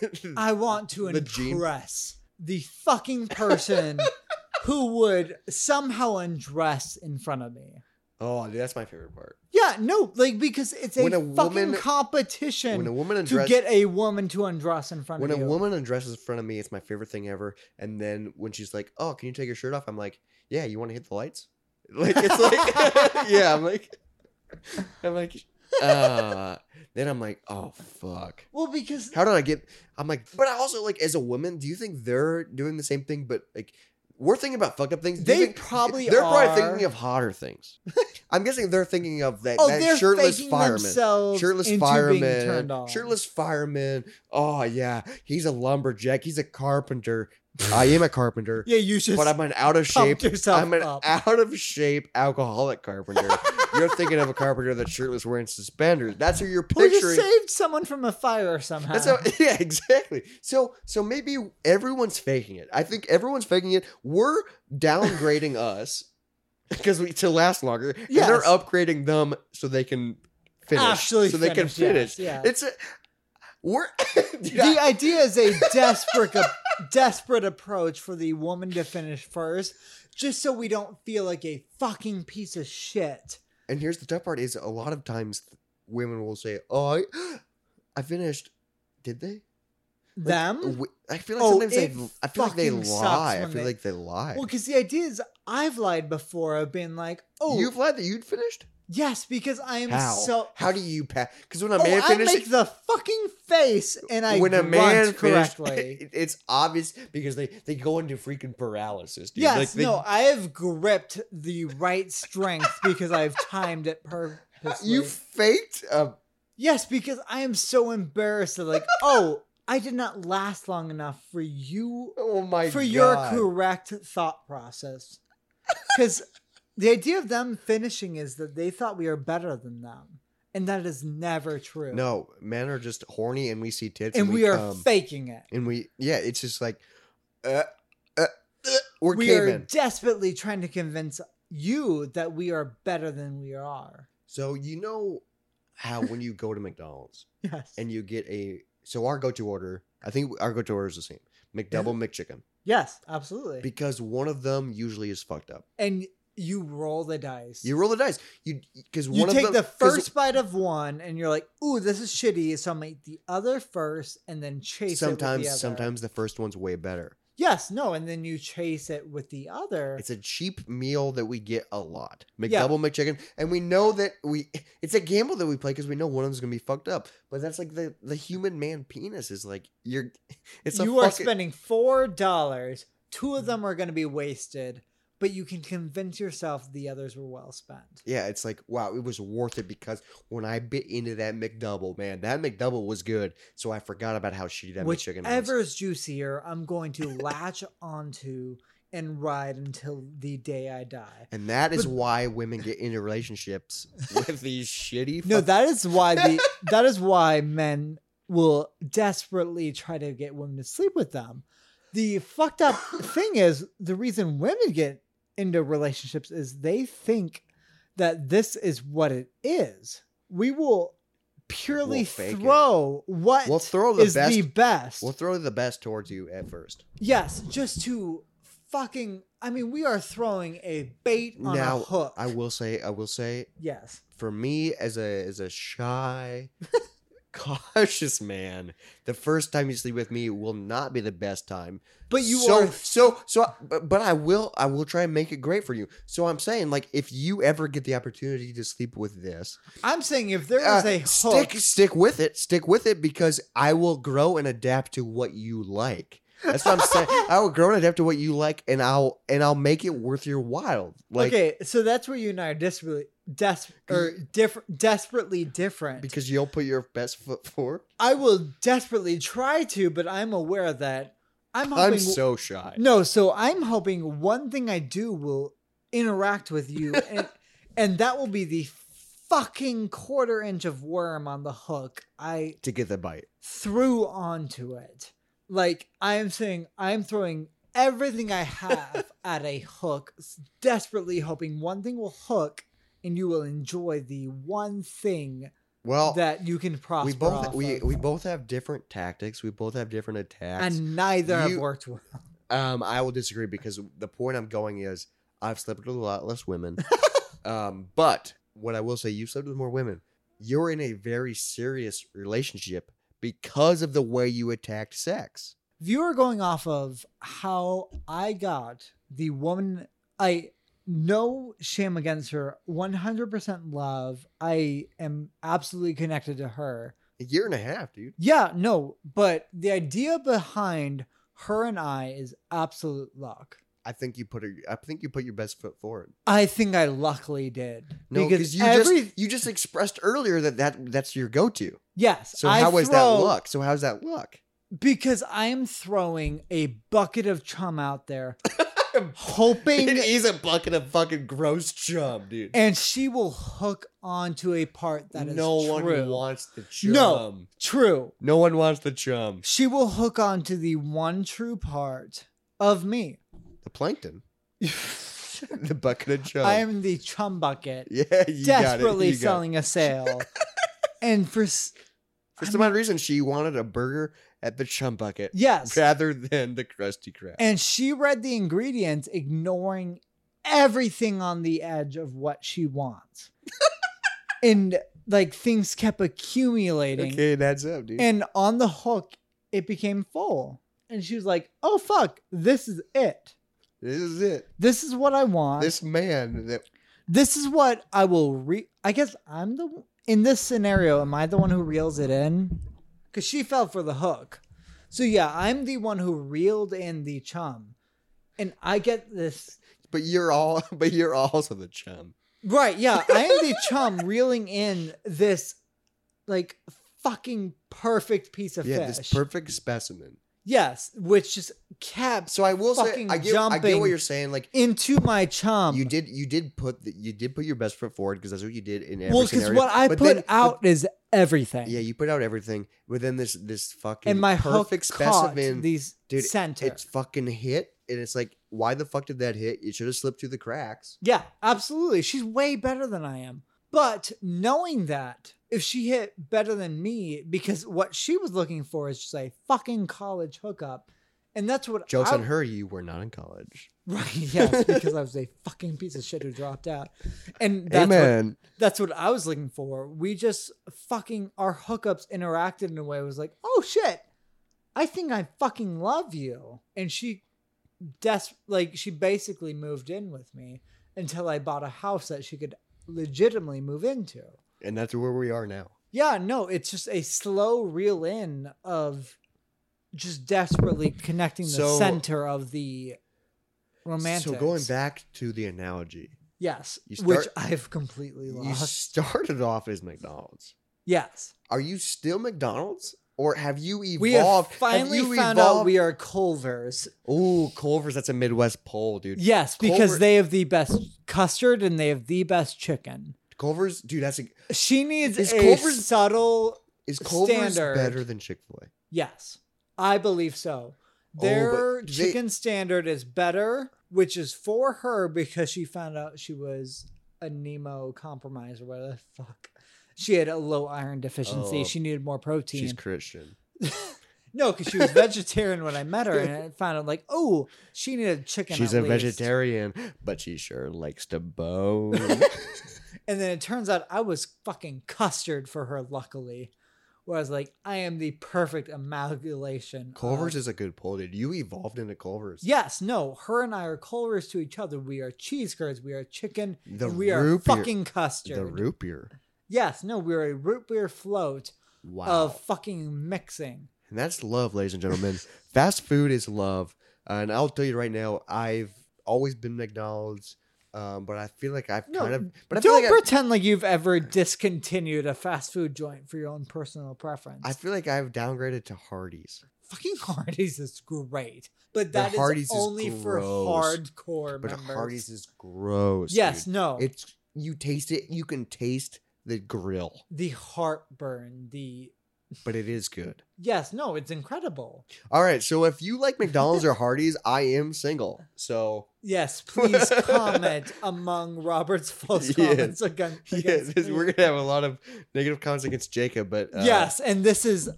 Speaker 3: I want to
Speaker 2: The gene-
Speaker 3: impress the fucking person who would somehow undress in front of me.
Speaker 2: oh dude that's my favorite part
Speaker 3: Yeah, no, like because it's a,
Speaker 2: When a
Speaker 3: fucking
Speaker 2: woman- when a
Speaker 3: competition
Speaker 2: woman
Speaker 3: to
Speaker 2: undresses
Speaker 3: get a woman to undress in front
Speaker 2: when a
Speaker 3: of you.
Speaker 2: woman undresses in front of me it's my favorite thing ever and then when she's like oh can you take your shirt off i'm like yeah you want to hit the lights like it's like yeah i'm like i'm like uh then i'm like oh fuck
Speaker 3: well, because
Speaker 2: How did I get? I'm like, but I also like as a woman, do you think they're doing the same thing? But like, we're thinking about fucked up things. Do you
Speaker 3: They
Speaker 2: think-
Speaker 3: probably
Speaker 2: they're probably
Speaker 3: are.
Speaker 2: thinking of hotter things. I'm guessing they're thinking of that,
Speaker 3: oh,
Speaker 2: that
Speaker 3: they're
Speaker 2: shirtless
Speaker 3: faking
Speaker 2: fireman,
Speaker 3: themselves
Speaker 2: shirtless
Speaker 3: into being turned
Speaker 2: fireman,
Speaker 3: on.
Speaker 2: shirtless fireman. Oh yeah, he's a lumberjack. He's a carpenter. I am a carpenter,
Speaker 3: Yeah, you just.
Speaker 2: but I'm an out of shape.
Speaker 3: pumped yourself
Speaker 2: I'm an
Speaker 3: up.
Speaker 2: out of shape alcoholic carpenter. you're thinking of a carpenter that's shirtless wearing suspenders. That's who you're
Speaker 3: well,
Speaker 2: picturing.
Speaker 3: you saved someone from a fire somehow.
Speaker 2: That's how, yeah, exactly. So, so maybe everyone's faking it. I think everyone's faking it. We're downgrading us because we to last longer. Yeah, they're
Speaker 3: Yes.
Speaker 2: upgrading them so they can finish.
Speaker 3: Actually
Speaker 2: so they can
Speaker 3: finish, yes,
Speaker 2: finish.
Speaker 3: yeah.
Speaker 2: It's a we're dude,
Speaker 3: the
Speaker 2: I-
Speaker 3: idea is a desperate desperate approach for the woman to finish first just so we don't feel like a fucking piece of shit
Speaker 2: and here's the tough part: is a lot of times women will say, "Oh, I, I finished." Did they?
Speaker 3: them
Speaker 2: Wh- I feel like
Speaker 3: Oh,
Speaker 2: sometimes
Speaker 3: it
Speaker 2: they. I feel like they
Speaker 3: fucking sucks
Speaker 2: lie. I
Speaker 3: when
Speaker 2: feel
Speaker 3: they-
Speaker 2: like they lie.
Speaker 3: well because the idea is i've lied before i've been like oh
Speaker 2: You've lied that you'd finished.
Speaker 3: yes because i am
Speaker 2: How?
Speaker 3: so
Speaker 2: How do you pass? Because when a
Speaker 3: Oh,
Speaker 2: man
Speaker 3: I
Speaker 2: finishes,
Speaker 3: make the fucking face and I
Speaker 2: when a man finished,
Speaker 3: correctly.
Speaker 2: it- it's obvious because they they go into freaking paralysis. Dude.
Speaker 3: yes,
Speaker 2: Like, they-
Speaker 3: no, I have gripped the right strength because I've timed it purposely.
Speaker 2: You faked a
Speaker 3: Yes, because I am so embarrassed. Of like, oh, I did not last long enough for you
Speaker 2: oh my
Speaker 3: for
Speaker 2: god
Speaker 3: your correct thought process. Because the idea of them finishing is that they thought we are better than them, and that is never true.
Speaker 2: No, um, men are just horny, and we see tits,
Speaker 3: and we, are
Speaker 2: come,
Speaker 3: faking it.
Speaker 2: and we yeah, it's just like, uh, uh, uh, we're
Speaker 3: We are
Speaker 2: cavemen.
Speaker 3: desperately trying to convince you that we are better than we are.
Speaker 2: so you know how when you go to McDonald's
Speaker 3: Yes.
Speaker 2: and you get a so our go-to order, I think our go-to order is the same: McDouble McChicken,
Speaker 3: yes, absolutely.
Speaker 2: because one of them usually is fucked up.
Speaker 3: and you roll the dice.
Speaker 2: You roll the dice. You because
Speaker 3: You
Speaker 2: one
Speaker 3: take
Speaker 2: of
Speaker 3: the
Speaker 2: them, 'cause
Speaker 3: first bite of one, and you're like, "Ooh, this is shitty." So I'm gonna eat the other first, and then chase. it with
Speaker 2: Sometimes,
Speaker 3: the other.
Speaker 2: sometimes the first one's way better.
Speaker 3: Yes, no, and then you chase it with the other.
Speaker 2: It's a cheap meal that we get a lot.
Speaker 3: Yeah.
Speaker 2: McDouble, McChicken, and we know that we. It's a gamble that we play because we know one of them's gonna be fucked up. But that's like the the human man penis is like you're. It's a
Speaker 3: you are
Speaker 2: fucking- Mm.
Speaker 3: spending four dollars. Two of them are going to be wasted, but you can convince yourself the others were well spent.
Speaker 2: Yeah, it's like wow, it was worth it because when I bit into that McDouble, man, that McDouble was good. So I forgot about how shitty that McChicken was.
Speaker 3: Whichever's juicier, I'm going to latch onto and ride until the day I die.
Speaker 2: And that is
Speaker 3: But-
Speaker 2: why women get into relationships with these shitty.
Speaker 3: No,
Speaker 2: fuck-
Speaker 3: that is why the that is why men will desperately try to get women to sleep with them. The fucked up thing is the reason women get into relationships is they think that this is what it is. We will purely
Speaker 2: We'll fake it.
Speaker 3: throw what
Speaker 2: We'll throw the
Speaker 3: is the
Speaker 2: best-
Speaker 3: best.
Speaker 2: We'll throw the best towards you at first.
Speaker 3: yes, just to fucking. I mean, we are throwing a bait on
Speaker 2: now
Speaker 3: a hook.
Speaker 2: I will say, I will say,
Speaker 3: Yes.
Speaker 2: for me as a as a shy cautious man the first time you sleep with me will not be the best time
Speaker 3: But you
Speaker 2: so
Speaker 3: are
Speaker 2: so so but, but i will i will try and make it great for you so i'm saying like if you ever get the opportunity to sleep with this
Speaker 3: I'm saying if there was
Speaker 2: uh,
Speaker 3: a hook,
Speaker 2: stick stick with it stick with it because i will grow and adapt to what you like that's what i'm saying i will grow and adapt to what you like and i'll and i'll make it worth your while like
Speaker 3: okay, so that's where you and I are desperately, des- or diff- desperately different.
Speaker 2: because you'll put your best foot forward
Speaker 3: I will desperately try to, but I'm aware that I'm hoping.
Speaker 2: i'm so shy
Speaker 3: no, so I'm hoping one thing I do will interact with you, and and that will be the fucking quarter inch of worm on the hook I
Speaker 2: to get the bite.
Speaker 3: threw onto it. Like I'm saying, I'm throwing everything I have at a hook, s- desperately hoping one thing will hook, and you will enjoy the one thing
Speaker 2: Well,
Speaker 3: that you can prosper.
Speaker 2: we both
Speaker 3: off
Speaker 2: we,
Speaker 3: of.
Speaker 2: we both have different tactics. We both have different attacks.
Speaker 3: and neither have
Speaker 2: you-
Speaker 3: worked well.
Speaker 2: um, I will disagree because the point I'm going is I've slept with a lot less women. um, but what I will say, you slept with more women. You're in a very serious relationship because of the way you attacked sex.
Speaker 3: If you are going off of how I got the woman, I no shame against her, 100% love. I am absolutely connected to her.
Speaker 2: A year and a half, dude.
Speaker 3: Yeah, no, but the idea behind her and I is absolute luck.
Speaker 2: I think you put a, I think you put your best foot forward.
Speaker 3: I think I luckily did
Speaker 2: No, because you
Speaker 3: every
Speaker 2: just you just expressed earlier that, that that's your go to.
Speaker 3: yes.
Speaker 2: So
Speaker 3: I
Speaker 2: how is that
Speaker 3: throw-
Speaker 2: luck? So how's that luck?
Speaker 3: Because I am throwing a bucket of chum out there, hoping,
Speaker 2: He's a bucket of fucking gross chum, dude.
Speaker 3: and she will hook onto a part that is
Speaker 2: no
Speaker 3: true.
Speaker 2: one wants the chum.
Speaker 3: No.
Speaker 2: No.
Speaker 3: true.
Speaker 2: one wants the chum.
Speaker 3: She will hook onto the one true part of me.
Speaker 2: The plankton. the bucket of chum.
Speaker 3: I am the chum bucket,
Speaker 2: yeah, you
Speaker 3: desperately
Speaker 2: got it. You got it.
Speaker 3: selling a sale, and for. s-
Speaker 2: For
Speaker 3: I
Speaker 2: some odd reason, she wanted a burger at the chum bucket
Speaker 3: Yes.
Speaker 2: rather than the Krusty Krab.
Speaker 3: And she read the ingredients, ignoring everything on the edge of what she wants. and like things kept accumulating.
Speaker 2: okay, that's up, dude.
Speaker 3: And on the hook, it became full. And she was like, oh, fuck, this is it.
Speaker 2: this is it.
Speaker 3: This is what I want. This,
Speaker 2: This man that
Speaker 3: is what I will re. I guess I'm the in this scenario. Am I the one who reels it in? Because she fell for the hook. So yeah, I'm the one who reeled in the chum, and I get this
Speaker 2: but you're all but you're also the chum.
Speaker 3: Right, yeah. I am the chum reeling in this like fucking perfect piece of
Speaker 2: Yeah,
Speaker 3: fish.
Speaker 2: this perfect specimen.
Speaker 3: yes, which just kept
Speaker 2: So I will say
Speaker 3: Fucking
Speaker 2: I get, I get what
Speaker 3: jumping.
Speaker 2: you're saying. Like
Speaker 3: into my chum.
Speaker 2: you did you did put the, you did put your best foot forward because that's what you did in every
Speaker 3: well, because
Speaker 2: scenario.
Speaker 3: what I
Speaker 2: But
Speaker 3: put
Speaker 2: then-
Speaker 3: out is everything.
Speaker 2: yeah, you put out everything, but then this this fucking
Speaker 3: and my
Speaker 2: perfect
Speaker 3: hook caught
Speaker 2: specimen,
Speaker 3: these
Speaker 2: dude,
Speaker 3: center.
Speaker 2: it's fucking hit, and it's like, why the fuck did that hit? It should have slipped through the cracks.
Speaker 3: Yeah, absolutely. She's way better than I am. But knowing that, if she hit better than me, because what she was looking for is just a fucking college hookup. And that's what
Speaker 2: Jokes
Speaker 3: I,
Speaker 2: on her, you were not in college.
Speaker 3: Right. Yes, because I was a fucking piece of shit who dropped out, and that's what,
Speaker 2: Amen.
Speaker 3: that's what I was looking for. We just fucking our hookups interacted in a way. It was like, oh shit, I think I fucking love you. And she des- like she basically moved in with me until I bought a house that she could legitimately move into.
Speaker 2: And that's where we are now.
Speaker 3: Yeah, no, it's just a slow reel in of just desperately connecting the
Speaker 2: So-
Speaker 3: center of the romantic.
Speaker 2: So going back to the analogy,
Speaker 3: yes,
Speaker 2: you
Speaker 3: which
Speaker 2: start-
Speaker 3: I've completely
Speaker 2: you
Speaker 3: lost.
Speaker 2: started off as McDonald's.
Speaker 3: yes,
Speaker 2: Are you still McDonald's? Or have you evolved?
Speaker 3: we have
Speaker 2: Have
Speaker 3: finally
Speaker 2: you
Speaker 3: found out
Speaker 2: evolved?
Speaker 3: we are Culvers.
Speaker 2: Ooh, Culver's. That's a Midwest poll, dude.
Speaker 3: Yes, because
Speaker 2: Culver-
Speaker 3: they have the best custard and they have the best chicken.
Speaker 2: Culver's, dude. That's a,
Speaker 3: She needs
Speaker 2: Is
Speaker 3: a
Speaker 2: Culver's-
Speaker 3: subtle
Speaker 2: is Culver's
Speaker 3: Standard.
Speaker 2: better than Chick Fil A?
Speaker 3: yes. I believe so.
Speaker 2: but
Speaker 3: Their
Speaker 2: they-
Speaker 3: chicken standard is better, which is for her because she found out she was a Nemo compromise or whatever the fuck. She had a low iron deficiency.
Speaker 2: Oh,
Speaker 3: she needed more protein.
Speaker 2: She's Christian.
Speaker 3: no, because she was vegetarian when I met her, and I found out like, oh, she needed chicken.
Speaker 2: She's a
Speaker 3: at least.
Speaker 2: vegetarian, but she sure likes to bone.
Speaker 3: And then it turns out I was fucking custard for her, luckily. Where I was like, I am the perfect amalgamation.
Speaker 2: Culver's
Speaker 3: of-
Speaker 2: is a good poll, dude. You evolved into Culver's.
Speaker 3: Yes, no, her and I are Culvers to each other. We are cheese curds, we are chicken,
Speaker 2: The
Speaker 3: and we are
Speaker 2: root beer-
Speaker 3: fucking custard.
Speaker 2: the root beer.
Speaker 3: Yes, no, we are a root beer float
Speaker 2: Wow.
Speaker 3: of fucking mixing.
Speaker 2: And that's love, ladies and gentlemen. Fast food is love. and I'll tell you right now, I've always been McDonald's, um, but I feel like I've
Speaker 3: No,
Speaker 2: kind of. But I feel
Speaker 3: Don't
Speaker 2: like
Speaker 3: pretend like you've ever discontinued a fast food joint for your own personal preference.
Speaker 2: I, I feel like I've downgraded to Hardee's.
Speaker 3: fucking Hardee's is great, but
Speaker 2: The
Speaker 3: that is
Speaker 2: Hardee's is
Speaker 3: only for
Speaker 2: gross,
Speaker 3: hardcore
Speaker 2: But
Speaker 3: members.
Speaker 2: Hardee's is gross.
Speaker 3: Yes,
Speaker 2: dude.
Speaker 3: no.
Speaker 2: It's you taste it, you can taste the grill,
Speaker 3: the heartburn, the
Speaker 2: but it is good.
Speaker 3: yes, no, it's incredible.
Speaker 2: All right, so if you like McDonald's or Hardee's, I am single. So
Speaker 3: Yes, please comment among Robert's false
Speaker 2: Yeah.
Speaker 3: comments again.
Speaker 2: yeah,
Speaker 3: against
Speaker 2: this,
Speaker 3: me.
Speaker 2: we're gonna have a lot of negative comments against Jacob, but uh,
Speaker 3: yes, and this is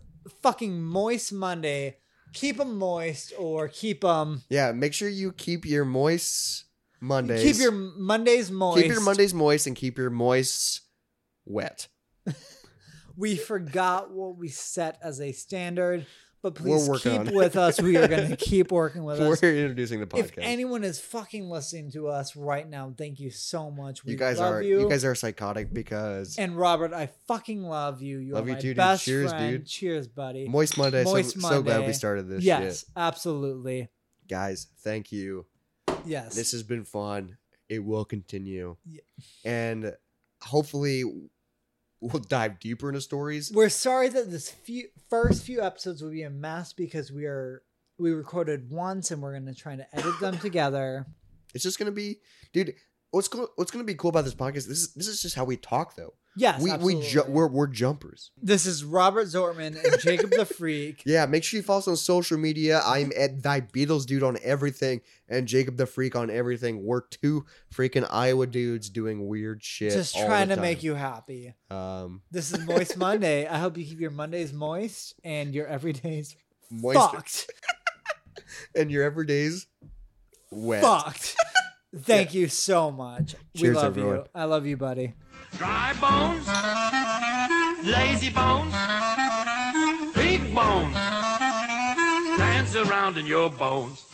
Speaker 3: fucking moist Monday. Keep them moist or keep um, them.
Speaker 2: yeah. Make sure you keep your moist Mondays.
Speaker 3: Keep your Mondays moist.
Speaker 2: Keep your Mondays moist and keep your moists wet.
Speaker 3: We forgot what we set as a standard, but
Speaker 2: We're
Speaker 3: please
Speaker 2: working
Speaker 3: keep
Speaker 2: on it.
Speaker 3: with us. We are going to keep working with
Speaker 2: We're
Speaker 3: us.
Speaker 2: introducing the
Speaker 3: If
Speaker 2: podcast.
Speaker 3: anyone is fucking listening to us right now, thank you so much. We
Speaker 2: you guys
Speaker 3: love
Speaker 2: are you.
Speaker 3: you.
Speaker 2: guys are psychotic because
Speaker 3: And Robert, I fucking love you. You
Speaker 2: Love
Speaker 3: are
Speaker 2: you
Speaker 3: my
Speaker 2: too, dude.
Speaker 3: best
Speaker 2: Cheers,
Speaker 3: friend.
Speaker 2: dude.
Speaker 3: Cheers, buddy.
Speaker 2: Moist Monday.
Speaker 3: Moist
Speaker 2: so, so glad we
Speaker 3: Monday.
Speaker 2: started this.
Speaker 3: yes,
Speaker 2: Yes,
Speaker 3: absolutely.
Speaker 2: shit. guys, thank you.
Speaker 3: Yes.
Speaker 2: This has been fun. It will continue,
Speaker 3: Yeah.
Speaker 2: and hopefully, we'll dive deeper into stories.
Speaker 3: We're sorry that this few, first few episodes will be a mess because we are we recorded once and we're going to try to edit them together.
Speaker 2: It's just gonna be, dude. What's cool, what's gonna be cool about this podcast? This is this is just how we talk though.
Speaker 3: Yes,
Speaker 2: we we ju-
Speaker 3: absolutely.
Speaker 2: we're we're jumpers.
Speaker 3: This is Robert Zortman and Jacob the Freak.
Speaker 2: Yeah, make sure you follow us on social media. I'm at thy Beatles dude on everything, and Jacob the Freak on everything. We're two freaking Iowa dudes doing weird shit.
Speaker 3: Just
Speaker 2: all
Speaker 3: trying
Speaker 2: the
Speaker 3: to make
Speaker 2: time.
Speaker 3: you happy.
Speaker 2: um
Speaker 3: This is Moist Monday. I hope you keep your Mondays moist and your everydays
Speaker 2: moist
Speaker 3: fucked.
Speaker 2: and your everyday's wet.
Speaker 3: Fucked. Thank you so much. we
Speaker 2: Cheers,
Speaker 3: love you.
Speaker 2: everyone.
Speaker 3: I love you, buddy.
Speaker 4: Dry bones, lazy bones, big bones, dance around in your bones.